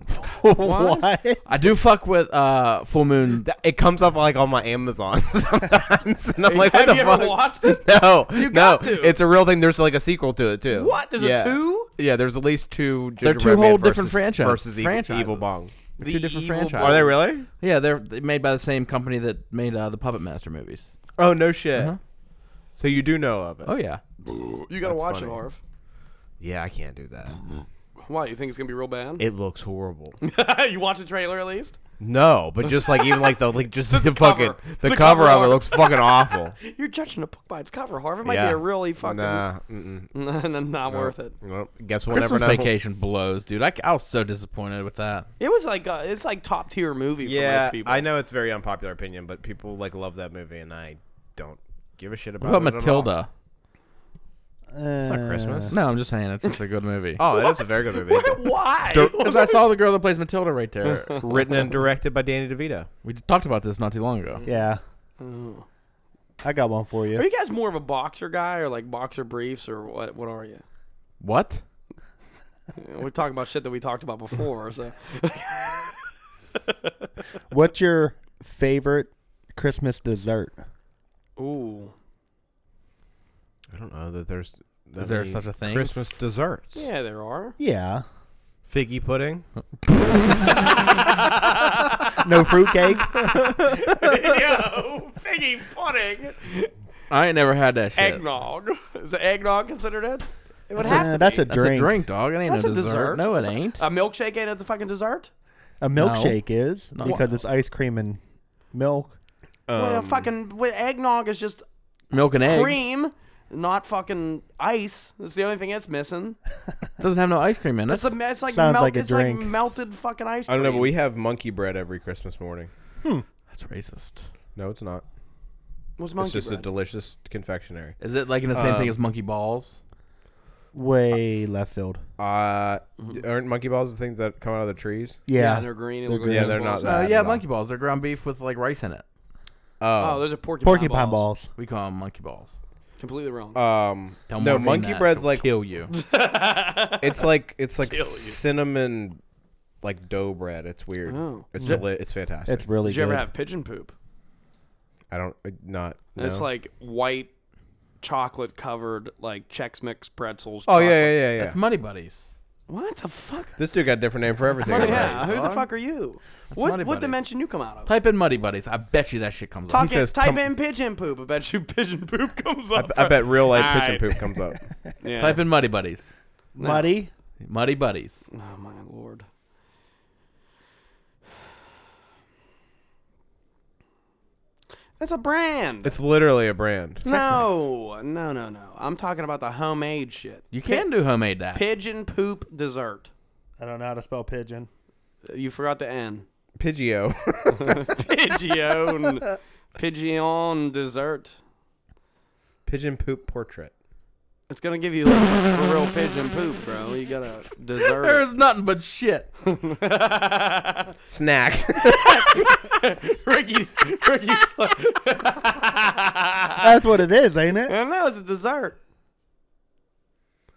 C: what?
B: I do fuck with uh, Full Moon.
D: That, it comes up like on my Amazon sometimes, and I'm like,
A: Have
D: what the
A: you
D: fuck?
A: ever watched it?
D: No,
A: got
D: no,
A: to.
D: it's a real thing. There's like a sequel to it too.
A: What? There's a
D: Yeah.
A: two?
D: Yeah, there's at least two.
B: They're
D: Gingerbread
B: two
D: Man
B: whole
D: versus,
B: different franchise-
D: versus Evil,
B: franchises.
D: Evil Bong.
B: Two different
A: Evil
B: franchises.
A: Bong.
D: Are they really?
B: Yeah, they're they're made by the same company that made uh, the Puppet Master movies.
D: Oh no shit.
B: Uh-huh.
D: So you do know of it?
B: Oh yeah,
A: You gotta
D: That's
A: watch
D: funny.
A: it, Harv.
D: Yeah, I can't do that.
A: Mm-hmm. Why? You think it's gonna be real bad?
D: It looks horrible.
A: you watch the trailer at least.
D: No, but just like even like the like just the,
A: cover.
D: fucking the,
A: The
D: cover,
A: cover
D: of it
A: art.
D: looks fucking awful.
A: You're judging a book by its cover, Harv. It might
D: Yeah.
A: be a really fucking
D: Nah, mm. mm-mm.
A: Nah, nah, not worth it.
D: Nope. Guess we'll
B: Christmas
D: never know.
B: Vacation blows, dude. I, c- I was so disappointed with that.
A: It was like uh, it's like top tier movie for
D: Yeah,
A: most people.
D: I know it's very unpopular opinion, but people like love that movie, and I don't give a shit about,
B: What about
D: it at all.
B: Matilda? Uh,
D: It's not Christmas.
B: No, I'm just saying it's just a good movie.
D: Oh, it is a very good movie.
A: Why?
B: Because I saw the girl that plays Matilda right there.
D: Written and directed by Danny DeVito.
B: We talked about this not too long ago.
C: Yeah. I got one for
A: Are
C: you.
A: you guys more of a boxer guy or like boxer briefs or what? What are you?
B: What?
A: We're talking about shit that we talked about before. So
C: What's your favorite Christmas dessert?
A: ooh.
D: I don't know that there's that
B: Is there
D: many
B: such a thing?
D: Christmas desserts.
A: Yeah, there are.
C: Yeah.
D: Figgy pudding.
C: No fruitcake?
A: Yo, figgy pudding,
B: I ain't never had that shit.
A: eggnog. Is the eggnog considered it? It would
C: Uh,
A: have to
C: that's
A: be.
C: a
B: That's
C: drink.
B: a drink, dog. It ain't
A: That's
B: no
A: a dessert.
B: dessert. No, it ain't.
A: A milkshake ain't at the fucking dessert?
C: A milkshake is
B: No.
C: because it's ice cream and milk.
D: Um,
A: well, fucking with eggnog is just
B: Milk and egg
A: cream, not fucking ice. That's the only thing it's missing.
B: doesn't have no ice cream in it.
A: It's, a, it's like
C: Sounds
A: melt,
C: like a
A: it's
C: drink.
A: like melted fucking ice
D: I
A: cream.
D: don't know, but we have monkey bread every Christmas morning.
B: That's racist.
D: No, it's not.
A: What's monkey
D: it's just a
A: bread?
D: delicious confectionery.
B: Is it like in the same thing as monkey balls?
C: Way left field.
D: Uh,
B: Mm.
D: d- aren't monkey balls the things that come out of the trees?
C: Yeah.
A: they're green.
C: They're
A: and
C: green.
D: Yeah, they're not
B: Uh,
D: that.
B: yeah,
D: at all.
B: monkey balls. They're ground beef with like rice in it.
A: Oh,
D: Oh,
A: those are porcupine,
C: Porcupine
A: balls.
C: balls.
B: We call them monkey balls.
A: Completely wrong.
D: um,
B: Tell
D: no,
B: Marvin
D: monkey
B: that,
D: bread's
B: she'll
D: like
B: kill you.
D: it's like it's like cinnamon, like dough bread. It's weird.
A: Oh.
D: It's deli- it's fantastic.
C: It's really
A: Did you
C: good.
A: ever have pigeon poop?
D: I don't I- not. No.
A: It's like white chocolate covered like Chex Mix pretzels.
D: oh yeah
A: chocolate-
D: yeah yeah yeah.
B: That's Money Buddies.
A: What the fuck?
D: this dude got a different name for everything.
A: Oh, Yeah,
D: already.
A: who the fuck are you?
B: Muddy
A: What what
B: Buddies.
A: dimension you come out of?
B: Type in Muddy Buddies. I bet you that shit comes
A: Talk
B: up.
A: in-
D: says
A: type
D: tum-
A: in pigeon poop. I bet you pigeon poop comes
D: I,
A: up.
D: b- I bet real life
A: All
D: pigeon
A: right.
D: poop comes up.
A: Yeah.
B: Type in Muddy Buddies.
C: Muddy?
B: Muddy Buddies.
A: Oh my lord. That's a brand.
D: It's literally a brand.
A: no, no, no, no. I'm talking about the homemade shit.
B: You can do homemade that.
A: Pigeon poop dessert.
C: I don't know how to spell pigeon.
A: You forgot the N.
D: Pidgeot.
A: Pigeon. Pigeon dessert.
D: pigeon poop portrait.
A: It's gonna give you like, a real pigeon poop, bro. You gotta dessert.
B: There's nothing but shit.
D: Snack.
A: it. Ricky, Ricky's like,
C: That's what it is, ain't
A: I
C: it?
A: don't know. It's a dessert.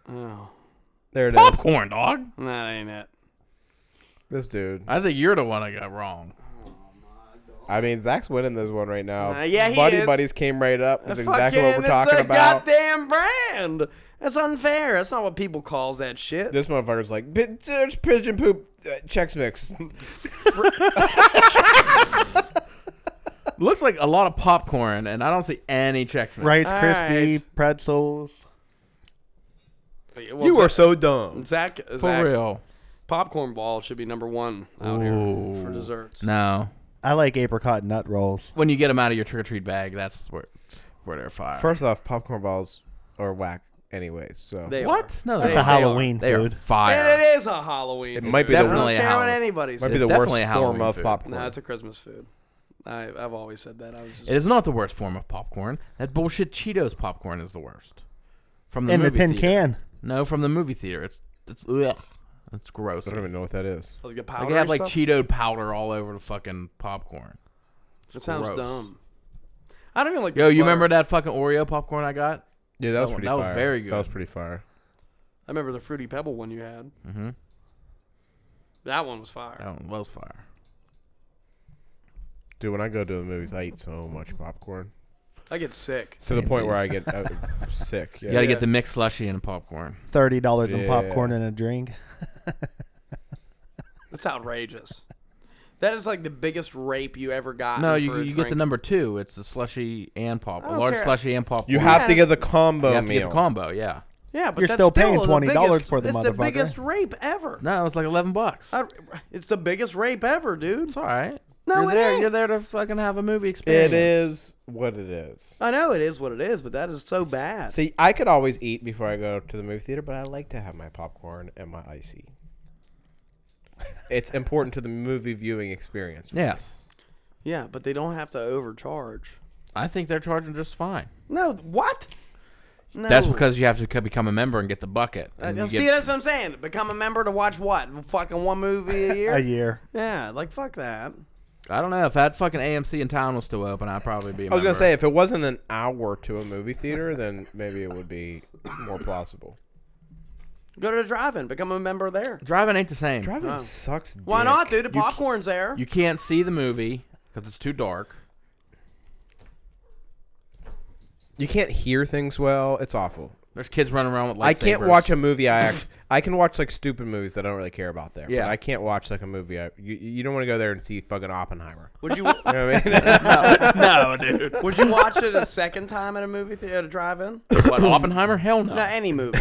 A: Oh,
D: there it is.
B: Popcorn, dog.
A: that ain't it.
D: This dude.
B: I think you're the one I got wrong.
D: I mean, Zach's winning this one right now.
A: Uh, yeah, he
D: Buddy
A: is.
D: Buddies came right up. That's
A: The
D: exactly what
A: fucking-
D: we're talking
A: it's a
D: about.
A: goddamn brand. That's unfair. That's not what people calls that shit.
D: This motherfucker's like, "Pi- there's pigeon poop, uh, Chex Mix.
B: Looks like a lot of popcorn, and I don't see any checks.
C: Rice
A: All
C: crispy
A: right.
C: pretzels.
A: Well, Zach-
D: so dumb.
A: Zach,
B: for
A: Zach,
B: real.
A: Popcorn ball should be number one out
B: Ooh.
A: here for desserts.
B: No,
C: I like apricot nut rolls.
B: when you get them out of your trick or treat bag, that's where where they're fire.
D: First off, popcorn balls are whack anyways. So
A: They
B: what? No, they-
C: That's a
B: they are-
C: Halloween
B: they are
C: food.
A: Are.
B: fire.
A: And it is a Halloween.
D: it
A: food.
D: might be the,
B: Definitely
A: I don't
B: a
A: care what
B: Halloween-
A: anybody
D: might
A: says.
D: be the worst
B: definitely a
D: form
B: Halloween
D: of
B: food.
D: popcorn.
A: No, it's a Christmas food. I, I've always said that. I was just,
B: It is not the worst form of popcorn. That bullshit Cheetos popcorn is the worst. From the
C: and the
B: movie
C: tin
B: theater.
C: can.
B: No, from the movie theater. It's it's ugh. It's gross.
D: I don't even know what that is.
A: like a
B: Like
A: powder.
B: they have like Cheeto powder all over the fucking popcorn.
A: It sounds
B: gross.
A: dumb. I don't even like.
B: Yo,
A: the
B: you
A: flour.
B: remember that fucking Oreo popcorn I got?
D: Yeah, that was
B: one-
D: pretty.
B: that was
D: fire.
B: very
D: That was
B: good.
D: pretty fire.
A: I remember the fruity pebble one you had. Mm-hmm. That one was fire.
B: That one was fire.
D: Dude, when I go to the movies, I eat so much popcorn
A: I get sick.
D: to the point where I get uh, sick. Yeah.
B: You gotta get the mixed slushy and popcorn.
C: Thirty dollars in
D: Yeah.
C: popcorn and a drink.
A: That's outrageous. that is like the biggest rape you ever got.
B: No,
A: for
B: you,
A: a
B: you get the
A: drink.
B: number two. It's a slushy and pop,
A: I
B: a
A: don't
B: large
A: care.
B: slushy and popcorn.
D: You have to
A: Yes.
D: get the combo
B: You have to
D: meal.
B: get the combo. Yeah.
A: Yeah, but
C: You're
A: that's
C: still paying
A: the
C: $20
A: biggest-
C: for the
A: it's
C: motherfucker.
A: the biggest rape ever.
B: No, it's like eleven bucks.
A: I- it's the biggest rape ever, dude.
B: it's all right.
A: No,
B: you're
A: it
B: there.
A: ain't.
B: You're there to fucking have a movie experience.
D: it is what it is.
A: I know it is what it is, but that is so bad.
D: See, I could always eat before I go to the movie theater, but I like to have my popcorn and my icy. It's important to the movie viewing experience.
B: Yes,
A: yeah, but they don't have to overcharge.
B: I think they're charging just fine.
A: No, what? No.
B: That's because you have to c- become a member and get the bucket.
A: Uh,
B: and you
A: see,
B: get-
A: that's what I'm saying. Become a member to watch what? Fucking one movie a year?
C: A year.
A: Yeah, like fuck that.
B: I don't know if that fucking AMC in town was still open, I'd probably be. I
D: I was gonna say if it wasn't an hour to a movie theater, then maybe it would be more plausible.
A: Go to the drive-in. Become a member there.
B: driving ain't the same.
D: Driving sucks.
A: Why
D: dick.
A: not, dude? The popcorn's there.
B: You can't see the movie because it's too dark.
D: You can't hear things well. It's awful.
B: There's kids running around with lightsabers.
D: I can't watch a movie. I act, I can watch like stupid movies that I don't really care about there.
B: Yeah.
D: But I can't watch like a movie. I, you, you don't want to go there and see fucking Oppenheimer.
A: would you
D: You know what I mean?
B: no, dude.
A: would you watch it a second time at a movie theater at a drive-in?
B: what Oppenheimer? Hell no.
A: No, any movie.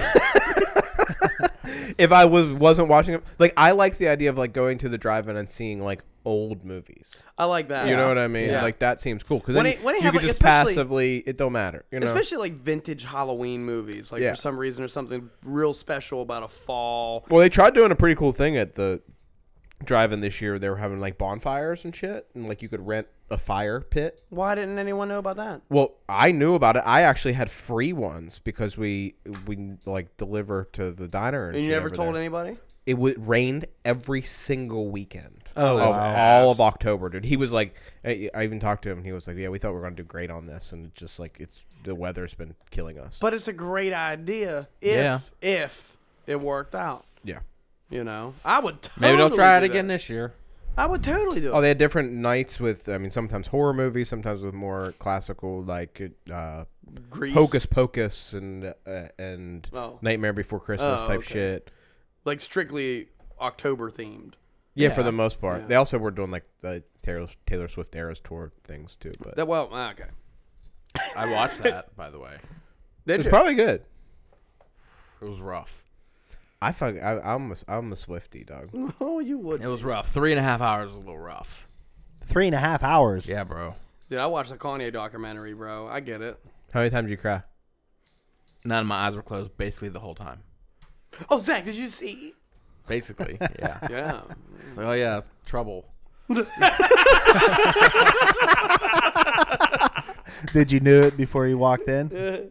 D: if I was wasn't watching it, like I like the idea of like going to the drive-in and seeing like old movies.
A: I like that.
D: You know what I mean?
A: Yeah.
D: Like that seems cool because
A: When
D: then
A: it- when it
D: you
A: have,
D: could
A: like,
D: just
A: especially-
D: passively. It don't matter. You know.
A: Especially like vintage Halloween movies. Like
D: Yeah.
A: for some reason there's something real special about a fall.
D: well, they tried doing a pretty cool thing at the drive-in this year. They were having like bonfires and shit, and like you could rent a fire pit.
A: Why didn't anyone know about that?
D: Well, I knew about it. I actually had free ones because we we like deliver to the diner. And,
A: And you
D: shit
A: never
D: over
A: told
D: there.
A: anybody?
D: It w- rained every single weekend.
C: Oh,
D: of
C: wow.
D: all of October, dude. He was like, I, I even talked to him. He was like, "Yeah, we thought we were gonna do great on this, and it's just like it's the weather's been killing us."
A: But it's a great idea if
B: Yeah.
A: if it worked out.
D: yeah.
A: You know? I would totally
B: Maybe they'll try it
A: do that.
B: again this year.
A: I would totally do it.
D: Oh, they had different nights with. I mean, sometimes horror movies, sometimes with more classical, like uh,
A: Grease.
D: Hocus Pocus and uh, and
A: Oh.
D: Nightmare Before Christmas
A: Oh,
D: type
A: okay.
D: shit.
A: Like strictly October themed.
D: Yeah, for the most part. They also were doing like the Taylor, Taylor Swift Eras tour things too, but
A: That well, ah, okay.
B: I watched that, by the way.
A: Did
D: it's
A: you?
D: probably good.
B: It was rough.
D: I fuck, I, I'm a, I'm a Swifty dog.
A: oh, you would.
B: It was rough. Three and a half hours was a little rough.
C: Three and a half hours.
B: Yeah, bro.
A: Dude, I watched the Kanye documentary, bro. I get it.
D: How many times did you cry?
B: None of my eyes were closed basically the whole time.
A: Oh, Zach, did you see?
B: Basically, yeah.
A: Yeah.
B: It's like, oh yeah, it's trouble.
C: Did you knew it before you walked in?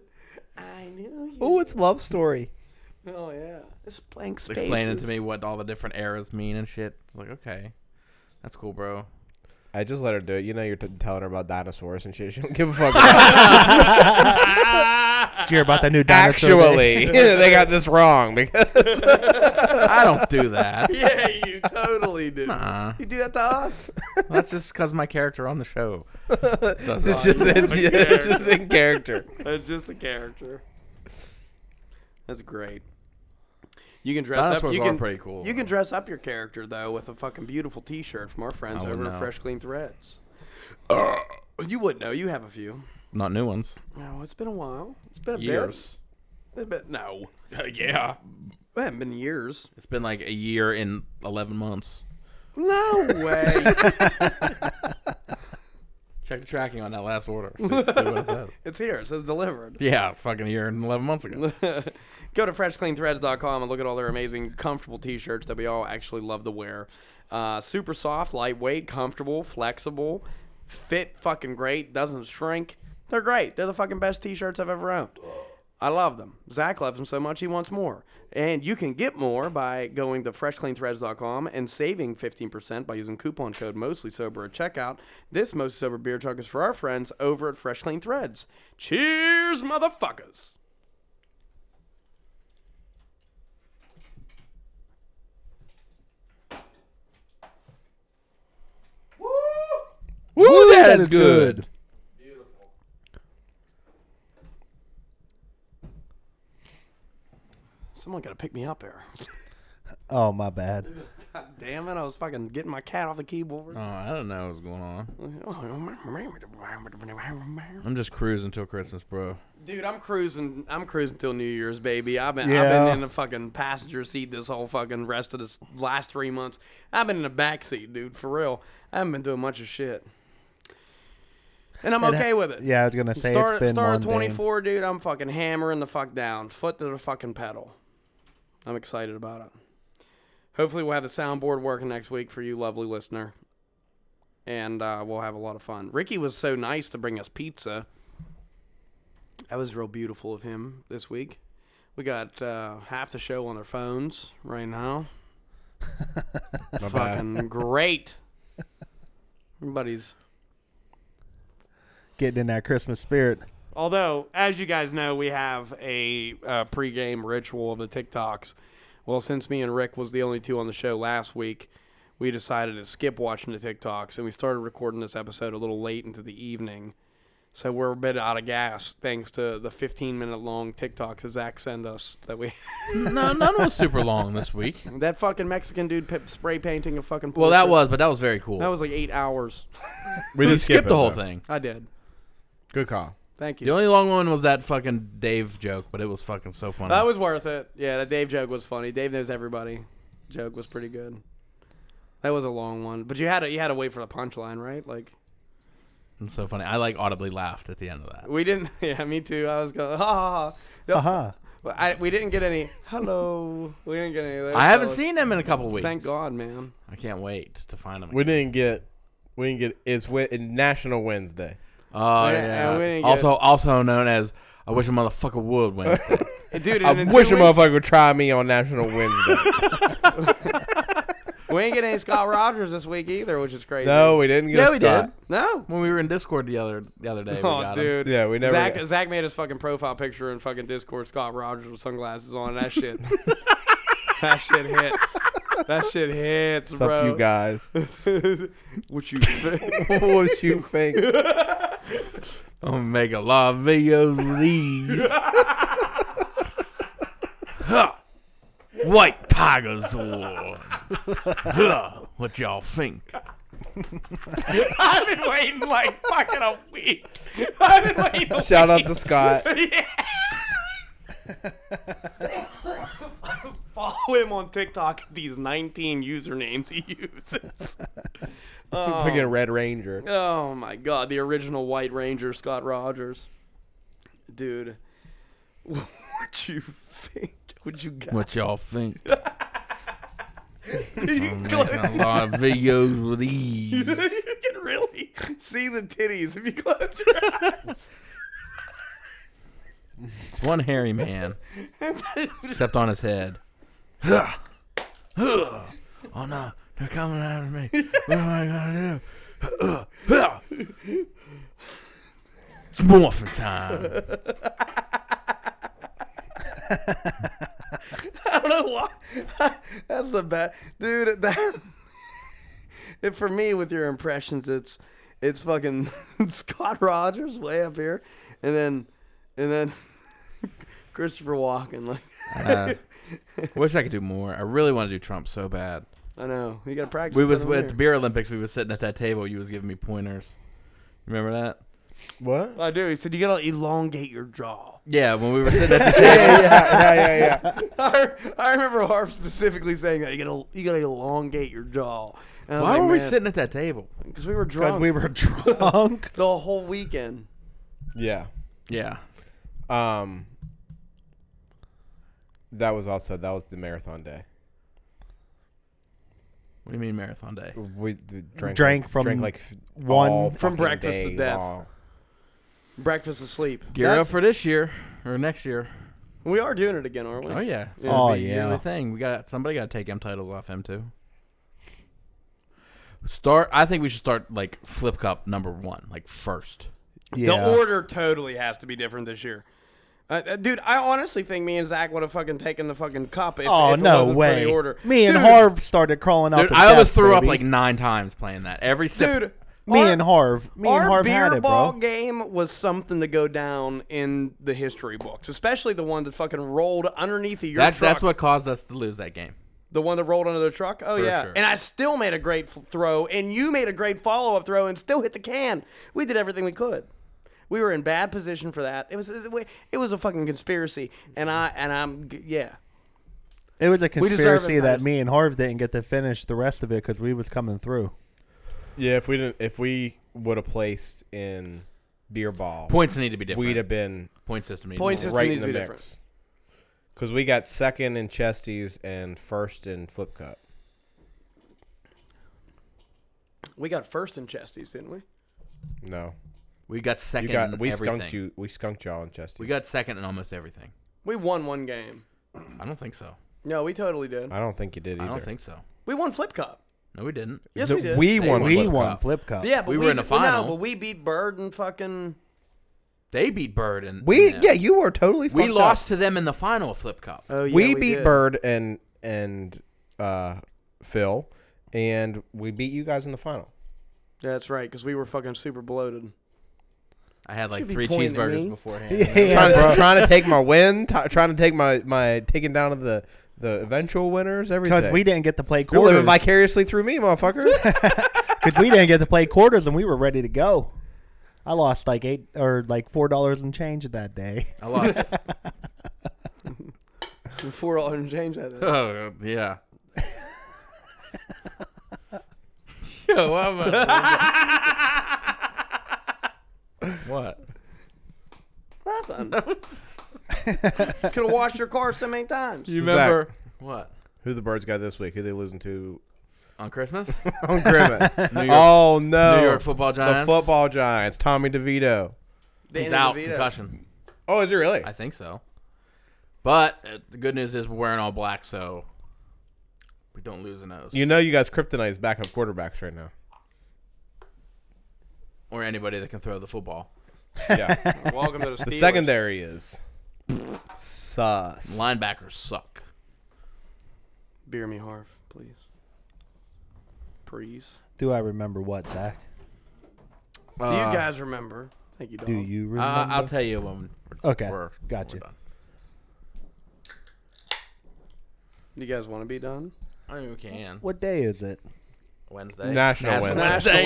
A: I knew you.
D: Oh, it's love story.
A: Oh yeah, it's blank space.
B: Explaining to me what all the different eras mean and shit. It's like, okay, that's cool, bro.
D: I just let her do it. You know, you're t- telling her about dinosaurs and shit. She don't give a fuck.
C: last year about that new dinosaur. thing.
F: Actually, they got this wrong because
B: I don't do that.
A: yeah, you totally do.
B: Nah.
A: You do that to us.
B: That's just because my character on the show.
F: it's just it's, it's just in character.
A: That's just a character. That's great. You can dress
B: Dinosaurs
A: up. You
B: are
A: can,
B: pretty cool.
A: You can dress up your character though with a fucking beautiful T-shirt from our friends
B: I
A: over
B: wouldn't
A: at
B: know.
A: Fresh Clean Threads. Uh, you would know. You have a few.
B: Not new ones.
A: No, it's been a while. It's been a bit.
B: Years. Uh,
A: It's been- no,
B: yeah.
A: it hasn't been years.
B: It's been like a year and 11 months.
A: No way.
B: Check the tracking on that last order. See, see what it says.
A: it's here. It says delivered.
B: Yeah, fucking a year and 11 months ago. Oh,
A: Go to freshcleanthreads.com and look at all their amazing, comfortable t-shirts that we all actually love to wear. Uh, super soft, lightweight, comfortable, flexible, fit fucking great, doesn't shrink. They're great. They're the fucking best t-shirts I've ever owned. I love them. Zach loves them so much he wants more. And you can get more by going to freshcleanthreads.com and saving 15% by using coupon code mostly sober at checkout. This mostly sober beer talk is for our friends over at Fresh Clean Threads. Cheers, motherfuckers.
B: Woo, that is good.
A: Someone got to pick me up here.
C: Oh my bad.
A: Damn it, I was fucking getting my cat off the keyboard.
B: Oh, I don't know what's going on.
A: Dude,
B: I'm just cruising till Christmas, bro.
A: I'm cruising I'm cruising till New Year's, baby. I've been I've
C: Yeah.
A: been in the fucking passenger seat this whole fucking rest of this last three months. I've been in the back seat, dude, for real. I haven't been doing much of shit. And I'm
C: It ha-
A: okay with it.
C: Yeah, I was gonna say
A: start
C: it's been
A: start at
C: mundane.
A: 24, dude. I'm fucking hammering the fuck down, foot to the fucking pedal. I'm excited about it. Hopefully, we'll have the soundboard working next week for you, lovely listener, and uh, we'll have a lot of fun. Ricky was so nice to bring us pizza. That was real beautiful of him this week. We got uh, half the show on our phones right now. fucking great. Everybody's
C: Getting in that Christmas spirit.
A: Although, as you guys know, we have a uh, pregame ritual of the TikToks. Well, since me and Rick was the only two on the show last week, we decided to skip watching the TikToks, and we started recording this episode a little late into the evening. So we're a bit out of gas thanks to the 15 minute long TikToks that Zach sent us. That we
B: No, none was super long this week.
A: that fucking Mexican dude pip spray painting a fucking.
B: Well, that
A: portrait.
B: was, but that was very cool.
A: that was like eight hours.
B: we did skip
D: skip
B: the
D: it,
B: whole
D: though.
B: thing.
A: I did.
D: Good call.
A: Thank you.
B: The only long one was that fucking Dave joke, but it was fucking so funny.
A: That was worth it. Yeah, that Dave joke was funny. Dave knows everybody. Joke was pretty good. That was a long one, but you had to you had to wait for the punchline, right? Like
B: It's so funny. I like audibly laughed at the end of that.
A: we didn't. Yeah, me too. I was going. Ha ha ha. No,
D: Uh-huh.
C: Huh.
A: but I, we didn't get any. Hello. We didn't get any. Of those,
B: I haven't
A: so-
B: seen him in a couple weeks.
A: Thank God, man.
B: I can't wait to find him.
D: We
B: again.
D: didn't get. We didn't get. It's Wed- National Wednesday.
B: Oh
A: Yeah,
B: yeah.
A: and we didn't get-
B: also, also known as I wish a motherfucker would Wednesday.
A: Hey, Dude,
D: I
A: and in two
D: wish a
A: weeks-
D: motherfucker would try me on National Wednesday.
A: We ain't get any Scott Rogers this week either, which is crazy.
D: no, we didn't get.
B: yeah,
D: a
B: we
D: Scott.
B: did.
A: No.
B: When we were in Discord the other the other day, we
A: Oh,
B: got him.
A: dude.
D: Yeah, we never
A: Zach,
D: got-
A: Zach made his fucking profile picture in fucking Discord. Scott Rogers with sunglasses on. That shit. that shit hits. That shit hits,
D: What's up,
A: bro.
D: you guys?
A: what you think?
D: what was you think?
B: I'm gonna make a lot of videos of these. Huh. White Tigers War. Huh. What y'all think?
A: I've been waiting like fucking a week. I've been waiting. A
D: Shout out to Scott.
A: Follow him on TikTok. These 19 usernames he uses.
D: Fucking Red Ranger.
A: Oh my god, the original White Ranger, Scott Rogers. Dude, what you think? What you got?
B: What y'all think? I'm making a lot of videos of these.
A: you can really see the titties if you close your eyes.
B: It's one hairy man, except on his head. Oh no, they're coming after me. What am I gonna do? It's morphin' time.
A: I don't know why. That's the best, dude. That it, for me with your impressions, it's it's fucking Scott Rogers way up here, and then and then Christopher Walken. Like
B: Wish I could do more. I really want to do Trump so bad.
A: I know you got to practice.
B: We
A: in
B: was
A: front of a
B: at the beer Olympics. We was sitting at that table. You was giving me pointers. Remember that?
C: What?
A: mirror. I do. He said you got to elongate your jaw.
B: Yeah, when we were sitting at the table.
C: Yeah, yeah, yeah.
A: I, I remember Harp specifically saying that you got to you got to elongate your jaw. And I was
B: Why
A: like,
B: were we
A: "Man,"
B: sitting at that table?
A: Because we were
C: Because
A: drunk.
C: we were drunk.
A: the whole weekend.
D: Yeah.
B: Yeah.
D: Um. That was also that was the marathon day.
B: What do you mean marathon day?
D: We d- drank
C: Drank
D: like,
C: from
D: drank like f-
C: one-
D: all
A: From
D: fucking
A: breakfast to
D: day
A: death.
D: long.
A: Breakfast asleep.
B: Gear up for this year or next year.
A: We are doing it again, aren't we?
B: Oh yeah. It's
C: Oh,
B: gonna be a yearly
C: yeah.
B: Thing we got somebody got to take M titles off him too. Start. I think we should start like Flip Cup number one, like first.
C: Yeah.
A: The order totally has to be different this year. Uh, uh, dude, I honestly think me and Zach would have fucking taken the fucking cup if,
C: Oh
A: if it
C: no
A: wasn't
C: way!
A: for the order.
C: Me and
A: Dude,
C: Harv started crawling up.
B: Dude, I almost threw up like nine times playing that. Every sip.
A: dude.
C: me
A: our-
C: and Harv. Me
A: our
C: and Harv
A: beer
C: had it,
A: ball
C: bro.
A: game was something to go down in the history books, especially the one that fucking rolled underneath of your
B: that,
A: truck.
B: that's what caused us to lose that game.
A: the one that rolled under the truck. Oh
B: For
A: yeah,
B: sure.
A: and I still made a great f- throw, and you made a great follow up throw, and still hit the can. We did everything we could. We were in bad position for that. It was it was a fucking conspiracy, and I and I'm g- yeah.
C: It was a
A: deserve it,
C: conspiracy that
A: guys.
C: me and Harv didn't get to finish the rest of it because we was coming through.
D: Yeah, if we didn't, if we would have placed in beer ball,
B: Points need to be different.
D: we'd have been
B: Point system. Need
A: Point
B: to be
A: system
D: right in
A: needs
D: the
A: to be
D: mix. Because we got second in Chesties and first in Flip Cup.
A: We got first in Chesties, didn't we?
D: No,
B: We got
D: you
B: second.
D: got
B: in
D: we
B: everything.
D: skunked you. We skunked y'all in Chesties.
B: We got second in almost everything.
A: We won one game.
B: I don't think so.
A: No, we totally did.
D: I don't think you did either.
B: I don't think so.
A: We won Flip Cup.
B: No, we didn't.
A: Yes,
D: The-
A: we did.
D: We won.
C: We
B: Flip
C: won
B: Cup.
C: Flip Cup.
A: yeah, but
B: we were in the
A: well, no,
B: final.
A: but we beat Bird and fucking.
B: They beat Bird and
D: We
B: and them.
D: yeah, you were totally.
B: we
D: fucked up. Uh,
B: lost to them in the final of Flip Cup.
A: Oh yeah,
D: we, beat
A: did.
D: Bird and and uh, Phil, and we beat you guys in the final.
A: That's right, because we were fucking super bloated.
B: I had like
A: Should be
B: three
A: pointing at me.
B: cheeseburgers beforehand.
D: trying, trying to take my win, t- trying to take my my taking down of the the eventual winners. Everything
C: Because we didn't get to play
D: You're living
C: quarters.
D: vicariously through me, motherfucker.
C: Because we didn't get to play quarters, and we were ready to go. I lost like eight or like four dollars and change that day.
B: I lost.
A: Before all and change that.
B: oh yeah. Yo, what? about- what?
A: Nothing. Could have washed your car so many times.
B: You
D: Zach.
B: remember what?
D: Who the birds got this week? Who they losing to
B: On Christmas,
D: on Grimace?
B: New York,
D: oh no,
B: New York Football
D: the
B: Giants.
D: football giants. Tommy DeVito.
B: He's out concussion.
D: Oh, is it really?
B: I think so. But uh, the good news is we're wearing all black, so we don't lose a nose
D: you know, you guys kryptonite is backup quarterbacks right now.
B: or anybody that can throw the football.
D: Yeah,
A: Welcome to
D: the secondary is sus.
B: Linebackers suck.
A: Beer me, Harv, please. Please.
C: Do I remember what Zach?
A: Do you
B: Uh,
A: guys remember? Thank you, dog.
C: Do you remember?
B: Uh, I'll tell you when. We're,
C: Okay,
B: we're-
C: gotcha.
B: we're done.
A: You guys want to be done?
B: I mean, we can.
C: what day is it?
B: Wednesday.
D: National Wednesday.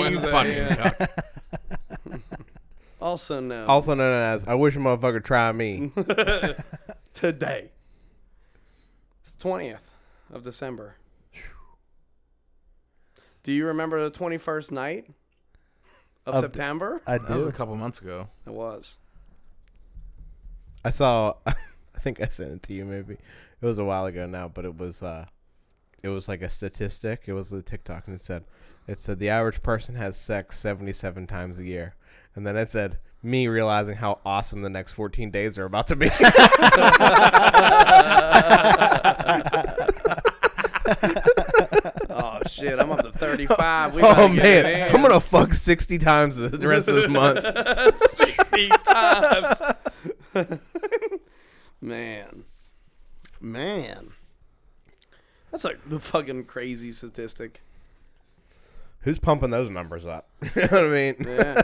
B: Wednesday.
A: National
B: you
A: Wednesday,
B: fucking cuck.
A: Also, no.
D: Also known as I wish a motherfucker try me.
A: today. Twentieth of December. Do you remember the twenty-first night of,
C: Of the-
A: September?
C: I
B: That was a
C: do.
B: couple months ago.
A: it was.
D: I saw. I think I sent it to you. Maybe it was a while ago now, but it was. uh It was like a statistic. It was a TikTok, and it said, "It said the average person has sex seventy-seven times a year," and then it said me realizing how awesome the next fourteen days are about to be.
A: Oh shit! I'm up to thirty-five. We
D: oh
A: gotta get it
D: man,
A: in.
D: I'm gonna fuck sixty times the the rest of this month.
A: sixty times. Man, Man, that's like the fucking crazy statistic.
D: Who's pumping those numbers up? you know what I mean?
A: Yeah.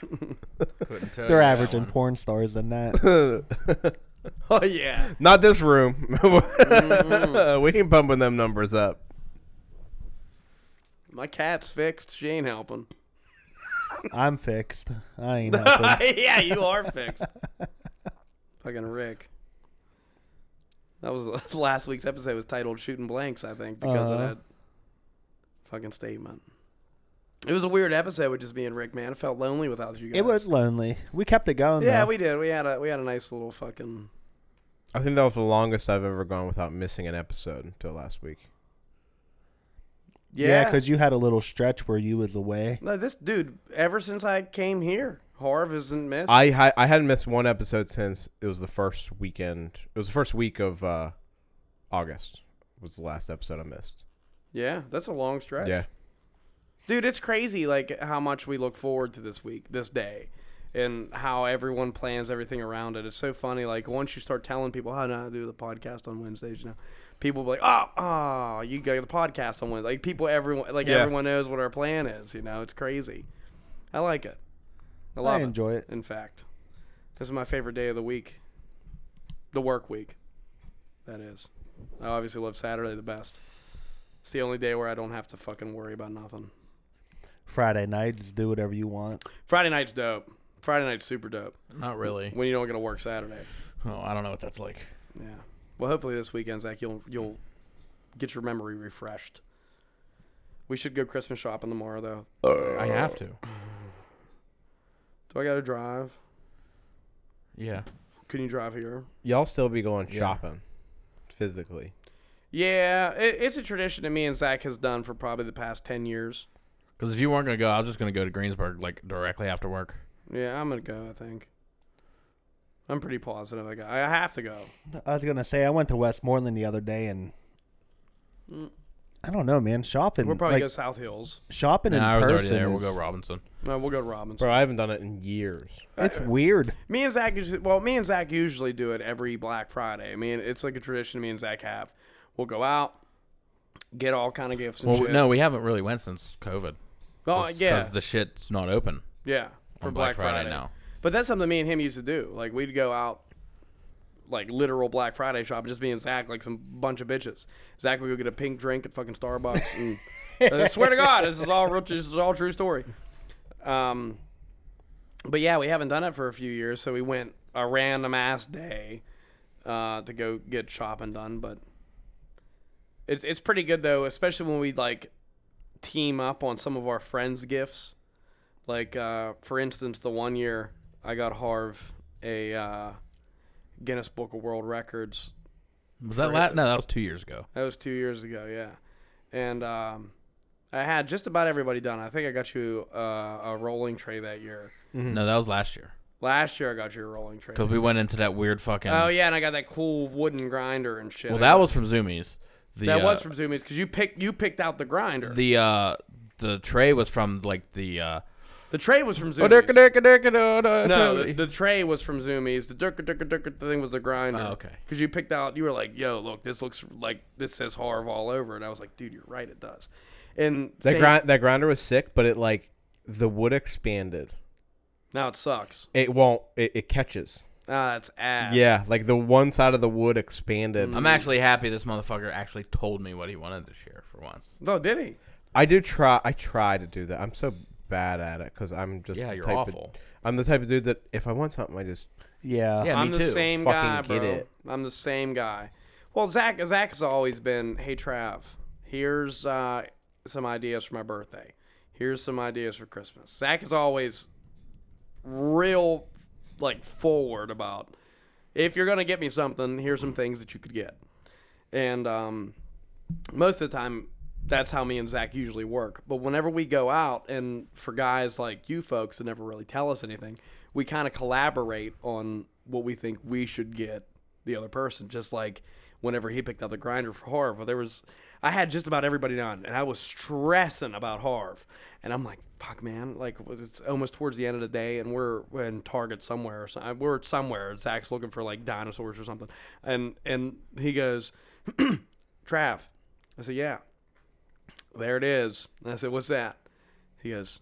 B: Couldn't tell
C: They're
B: you that
C: averaging
B: one.
C: porn stars than that.
A: oh yeah.
D: Not this room. we ain't pumping them numbers up.
A: My cat's fixed. She ain't helping.
C: I'm fixed. I ain't helping.
A: yeah, you are fixed. Fucking Rick. That was last week's episode was titled "Shooting Blanks," I think, because of
C: Uh-huh.
A: that fucking statement. It was a weird episode with just me and Rick, man. I felt lonely without you guys.
C: It was lonely. We kept it going.
A: Yeah,
C: though.
A: we did. We had a we had a nice little fucking.
D: I think that was the longest I've ever gone without missing an episode until last week.
C: yeah,
A: Yeah,
C: because you had a little stretch where you was away.
A: no, this dude. Ever since I came here, Harv hasn't missed.
D: I ha- I hadn't missed one episode since it was the first weekend. It was the first week of uh, August. Was the last episode I missed.
A: yeah, that's a long stretch.
D: Yeah.
A: dude it's crazy like how much we look forward to this week this day and how everyone plans everything around it it's so funny like once you start telling people how no, I do the podcast on wednesdays you know people be like oh, oh you go to the podcast on wednesday like people everyone like
D: Yeah.
A: everyone knows what our plan is you know it's crazy i like it i love
C: enjoy it.
A: in fact this is my favorite day of the week the work week that is i obviously love saturday the best it's the only day where i don't have to fucking worry about nothing
C: Friday night, just do whatever you want.
A: Friday night's dope. Friday night's super dope
B: Not really.
A: when you don't get to work Saturday.
B: Oh, I don't know what that's like.
A: Yeah. Well, hopefully this weekend, Zach, you'll you'll get your memory refreshed. We should go Christmas shopping tomorrow, though.
B: I have to.
A: Do I got to drive?
B: Yeah.
A: Can you drive here?
D: Y'all still be going shopping physically.
A: Yeah, it, it's a tradition that me and Zach has done for probably the past ten years.
B: Because if you weren't gonna go, I was just gonna go to Greensburg like directly after work.
A: Yeah, I'm gonna go. I think. I'm pretty positive. I got. I have to go.
C: I was gonna say I went to Westmoreland the other day and I don't know, man. Shopping,
A: We'll probably
C: like,
A: go South Hills.
C: shopping
B: Nah, I
C: in
B: was
C: person.
B: already there. We'll
C: is-
B: go Robinson.
A: No, we'll go to Robinson.
D: Bro, I haven't done it in years.
C: It's weird.
A: Me and Zach, usually- well, me and Zach usually do it every Black Friday. I mean, it's like a tradition me and Zach have. We'll go out, get all kind of gifts and
B: Well,
A: shit.
B: no, we haven't really went since COVID.
A: oh yeah,
B: Because the shit's not open
A: yeah, for
B: on Black, Friday, now.
A: But that's something me and him used to do. Like we'd go out, like literal Black Friday shopping, just me and Zach, like some bunch of bitches. Zach would go get a pink drink at fucking Starbucks. And, I swear to God, this is all real. This is all true story. Um, but yeah, we haven't done it for a few years, so we went a random ass day uh, to go get shopping done. But it's it's pretty good though, especially when we like team up on some of our friends' gifts. Like uh, for instance, the one year I got Harv a uh, Guinness Book of World Records.
B: Was that last? No, that was two years ago.
A: That was two years ago, yeah. And um, I had just about everybody done. I think I got you uh, a rolling tray that year.
B: No, that was last year.
A: Last year I got you a rolling tray.
B: Because we went into that weird fucking.
A: Oh yeah, and I got that cool wooden grinder and shit.
B: Well,
A: I
B: that
A: got-
B: was from Zoomies. The,
A: that
B: uh,
A: was from Zoomies because you picked you picked out the grinder. The,
B: the uh the tray was from like the uh
A: tray was from
C: Oh,
B: Oh,
A: Zoomies. No, the,
B: no
A: the tray was from Zoomies. The dirka dirka dirka thing was the grinder.
B: Oh, okay.
A: Because you picked out, you were like, "Yo, look, this looks like this says Harv all over," and I was like, "Dude, you're right, it does." And
D: That
A: same-
D: grind that grinder was sick, but it like the wood expanded.
A: now it sucks.
D: It won't. It, it catches.
A: Ah, that's ass.
D: Yeah, like the one side of the wood expanded.
A: Mm-hmm.
B: I'm actually happy this motherfucker actually told me what he wanted this year for once.
A: No, did he?
D: I do try. I try to do that. I'm so bad at it because I'm just
B: Yeah,
D: the
B: you're
D: type of-
B: awful.
D: I'm the type of dude that if I want something, I just
C: Yeah.
B: Yeah,
A: I'm
B: me
A: the
B: too.
A: same
D: Fucking
A: guy,
D: get
A: bro.
D: it.
A: I'm the same guy. Well, Zach, Zach has always been, "Hey, Trav, here's uh, some ideas for my birthday. Here's some ideas for Christmas." Zach is always real, like forward about. If you're gonna get me something, here's some things that you could get, and um, most of the time that's how me and Zach usually work. But whenever we go out, and for guys like you folks that never really tell us anything, we kind of collaborate on what we think we should get the other person. Just like whenever he picked out the grinder for Harv. Well, there was I had just about everybody done, and I was stressing about Harv. And I'm like, fuck, man, like it was- it's almost towards the end of the day, and we're, we're in Target somewhere or something. We're somewhere. Zach's looking for like dinosaurs or something, and and he goes, Trav. I said, yeah. There it is. And I said, what's that? He goes,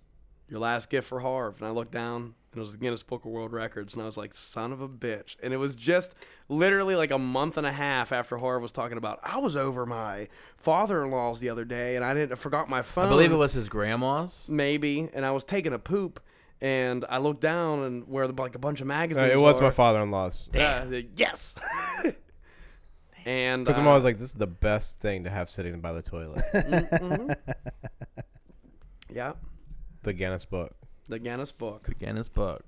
A: your last gift for Harv. And I looked down, and it was the Guinness Book of World Records. And I was like, son of a bitch. And it was just literally like a month and a half after Harv was talking about, I was over my father in law's the other day, and I didn't, I forgot my phone.
B: I believe it was his grandma's.
A: Maybe. And I was taking a poop, and I looked down, and where the, like a bunch of magazines
D: Uh, it was
A: are.
D: my father-in-law's.
A: Yeah, I said, yes. and
D: Because I'm
A: uh,
D: always like, this is the best thing to have sitting by the toilet.
A: yeah,
D: the Guinness Book.
A: the Guinness Book.
B: Again, his book.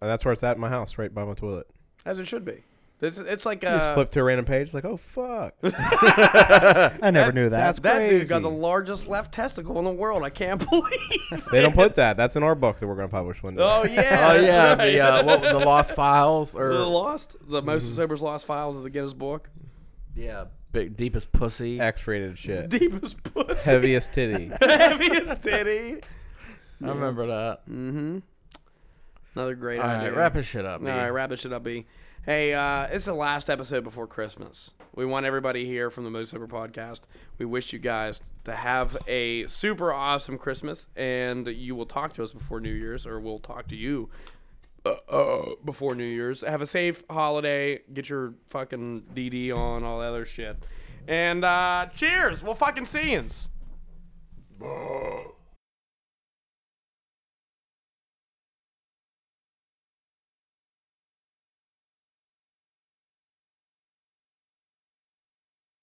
D: And that's where it's at in my house, right by my toilet.
A: As it should be. It's, it's like
D: You just
A: uh,
D: flip to a random page, like, oh fuck.
C: I never knew that.
D: That's
A: that
D: crazy.
A: dude got the largest left testicle in the world. I can't believe.
D: they don't put that. That's in our book that we're gonna publish one day.
A: oh yeah.
B: Oh yeah,
A: that's right.
B: the uh, what, the lost files or
A: the lost the most sober's lost files of the Guinness Book.
B: yeah, big deepest pussy.
D: X-rated shit.
A: Deepest pussy,
D: Heaviest titty.
A: heaviest titty.
B: I remember that.
A: Another great
B: All
A: idea.
B: right, wrap his shit up.
A: All right, wrap this shit up, B. Hey, uh, it's the last episode before Christmas. We want everybody here from the Most Sober Podcast. We wish you guys to have a super awesome Christmas, and you will talk to us before New Year's, or we'll talk to you uh, uh, before New Year's. Have a safe holiday. Get your fucking DD on, all that other shit. And uh, cheers. We'll fucking see yous.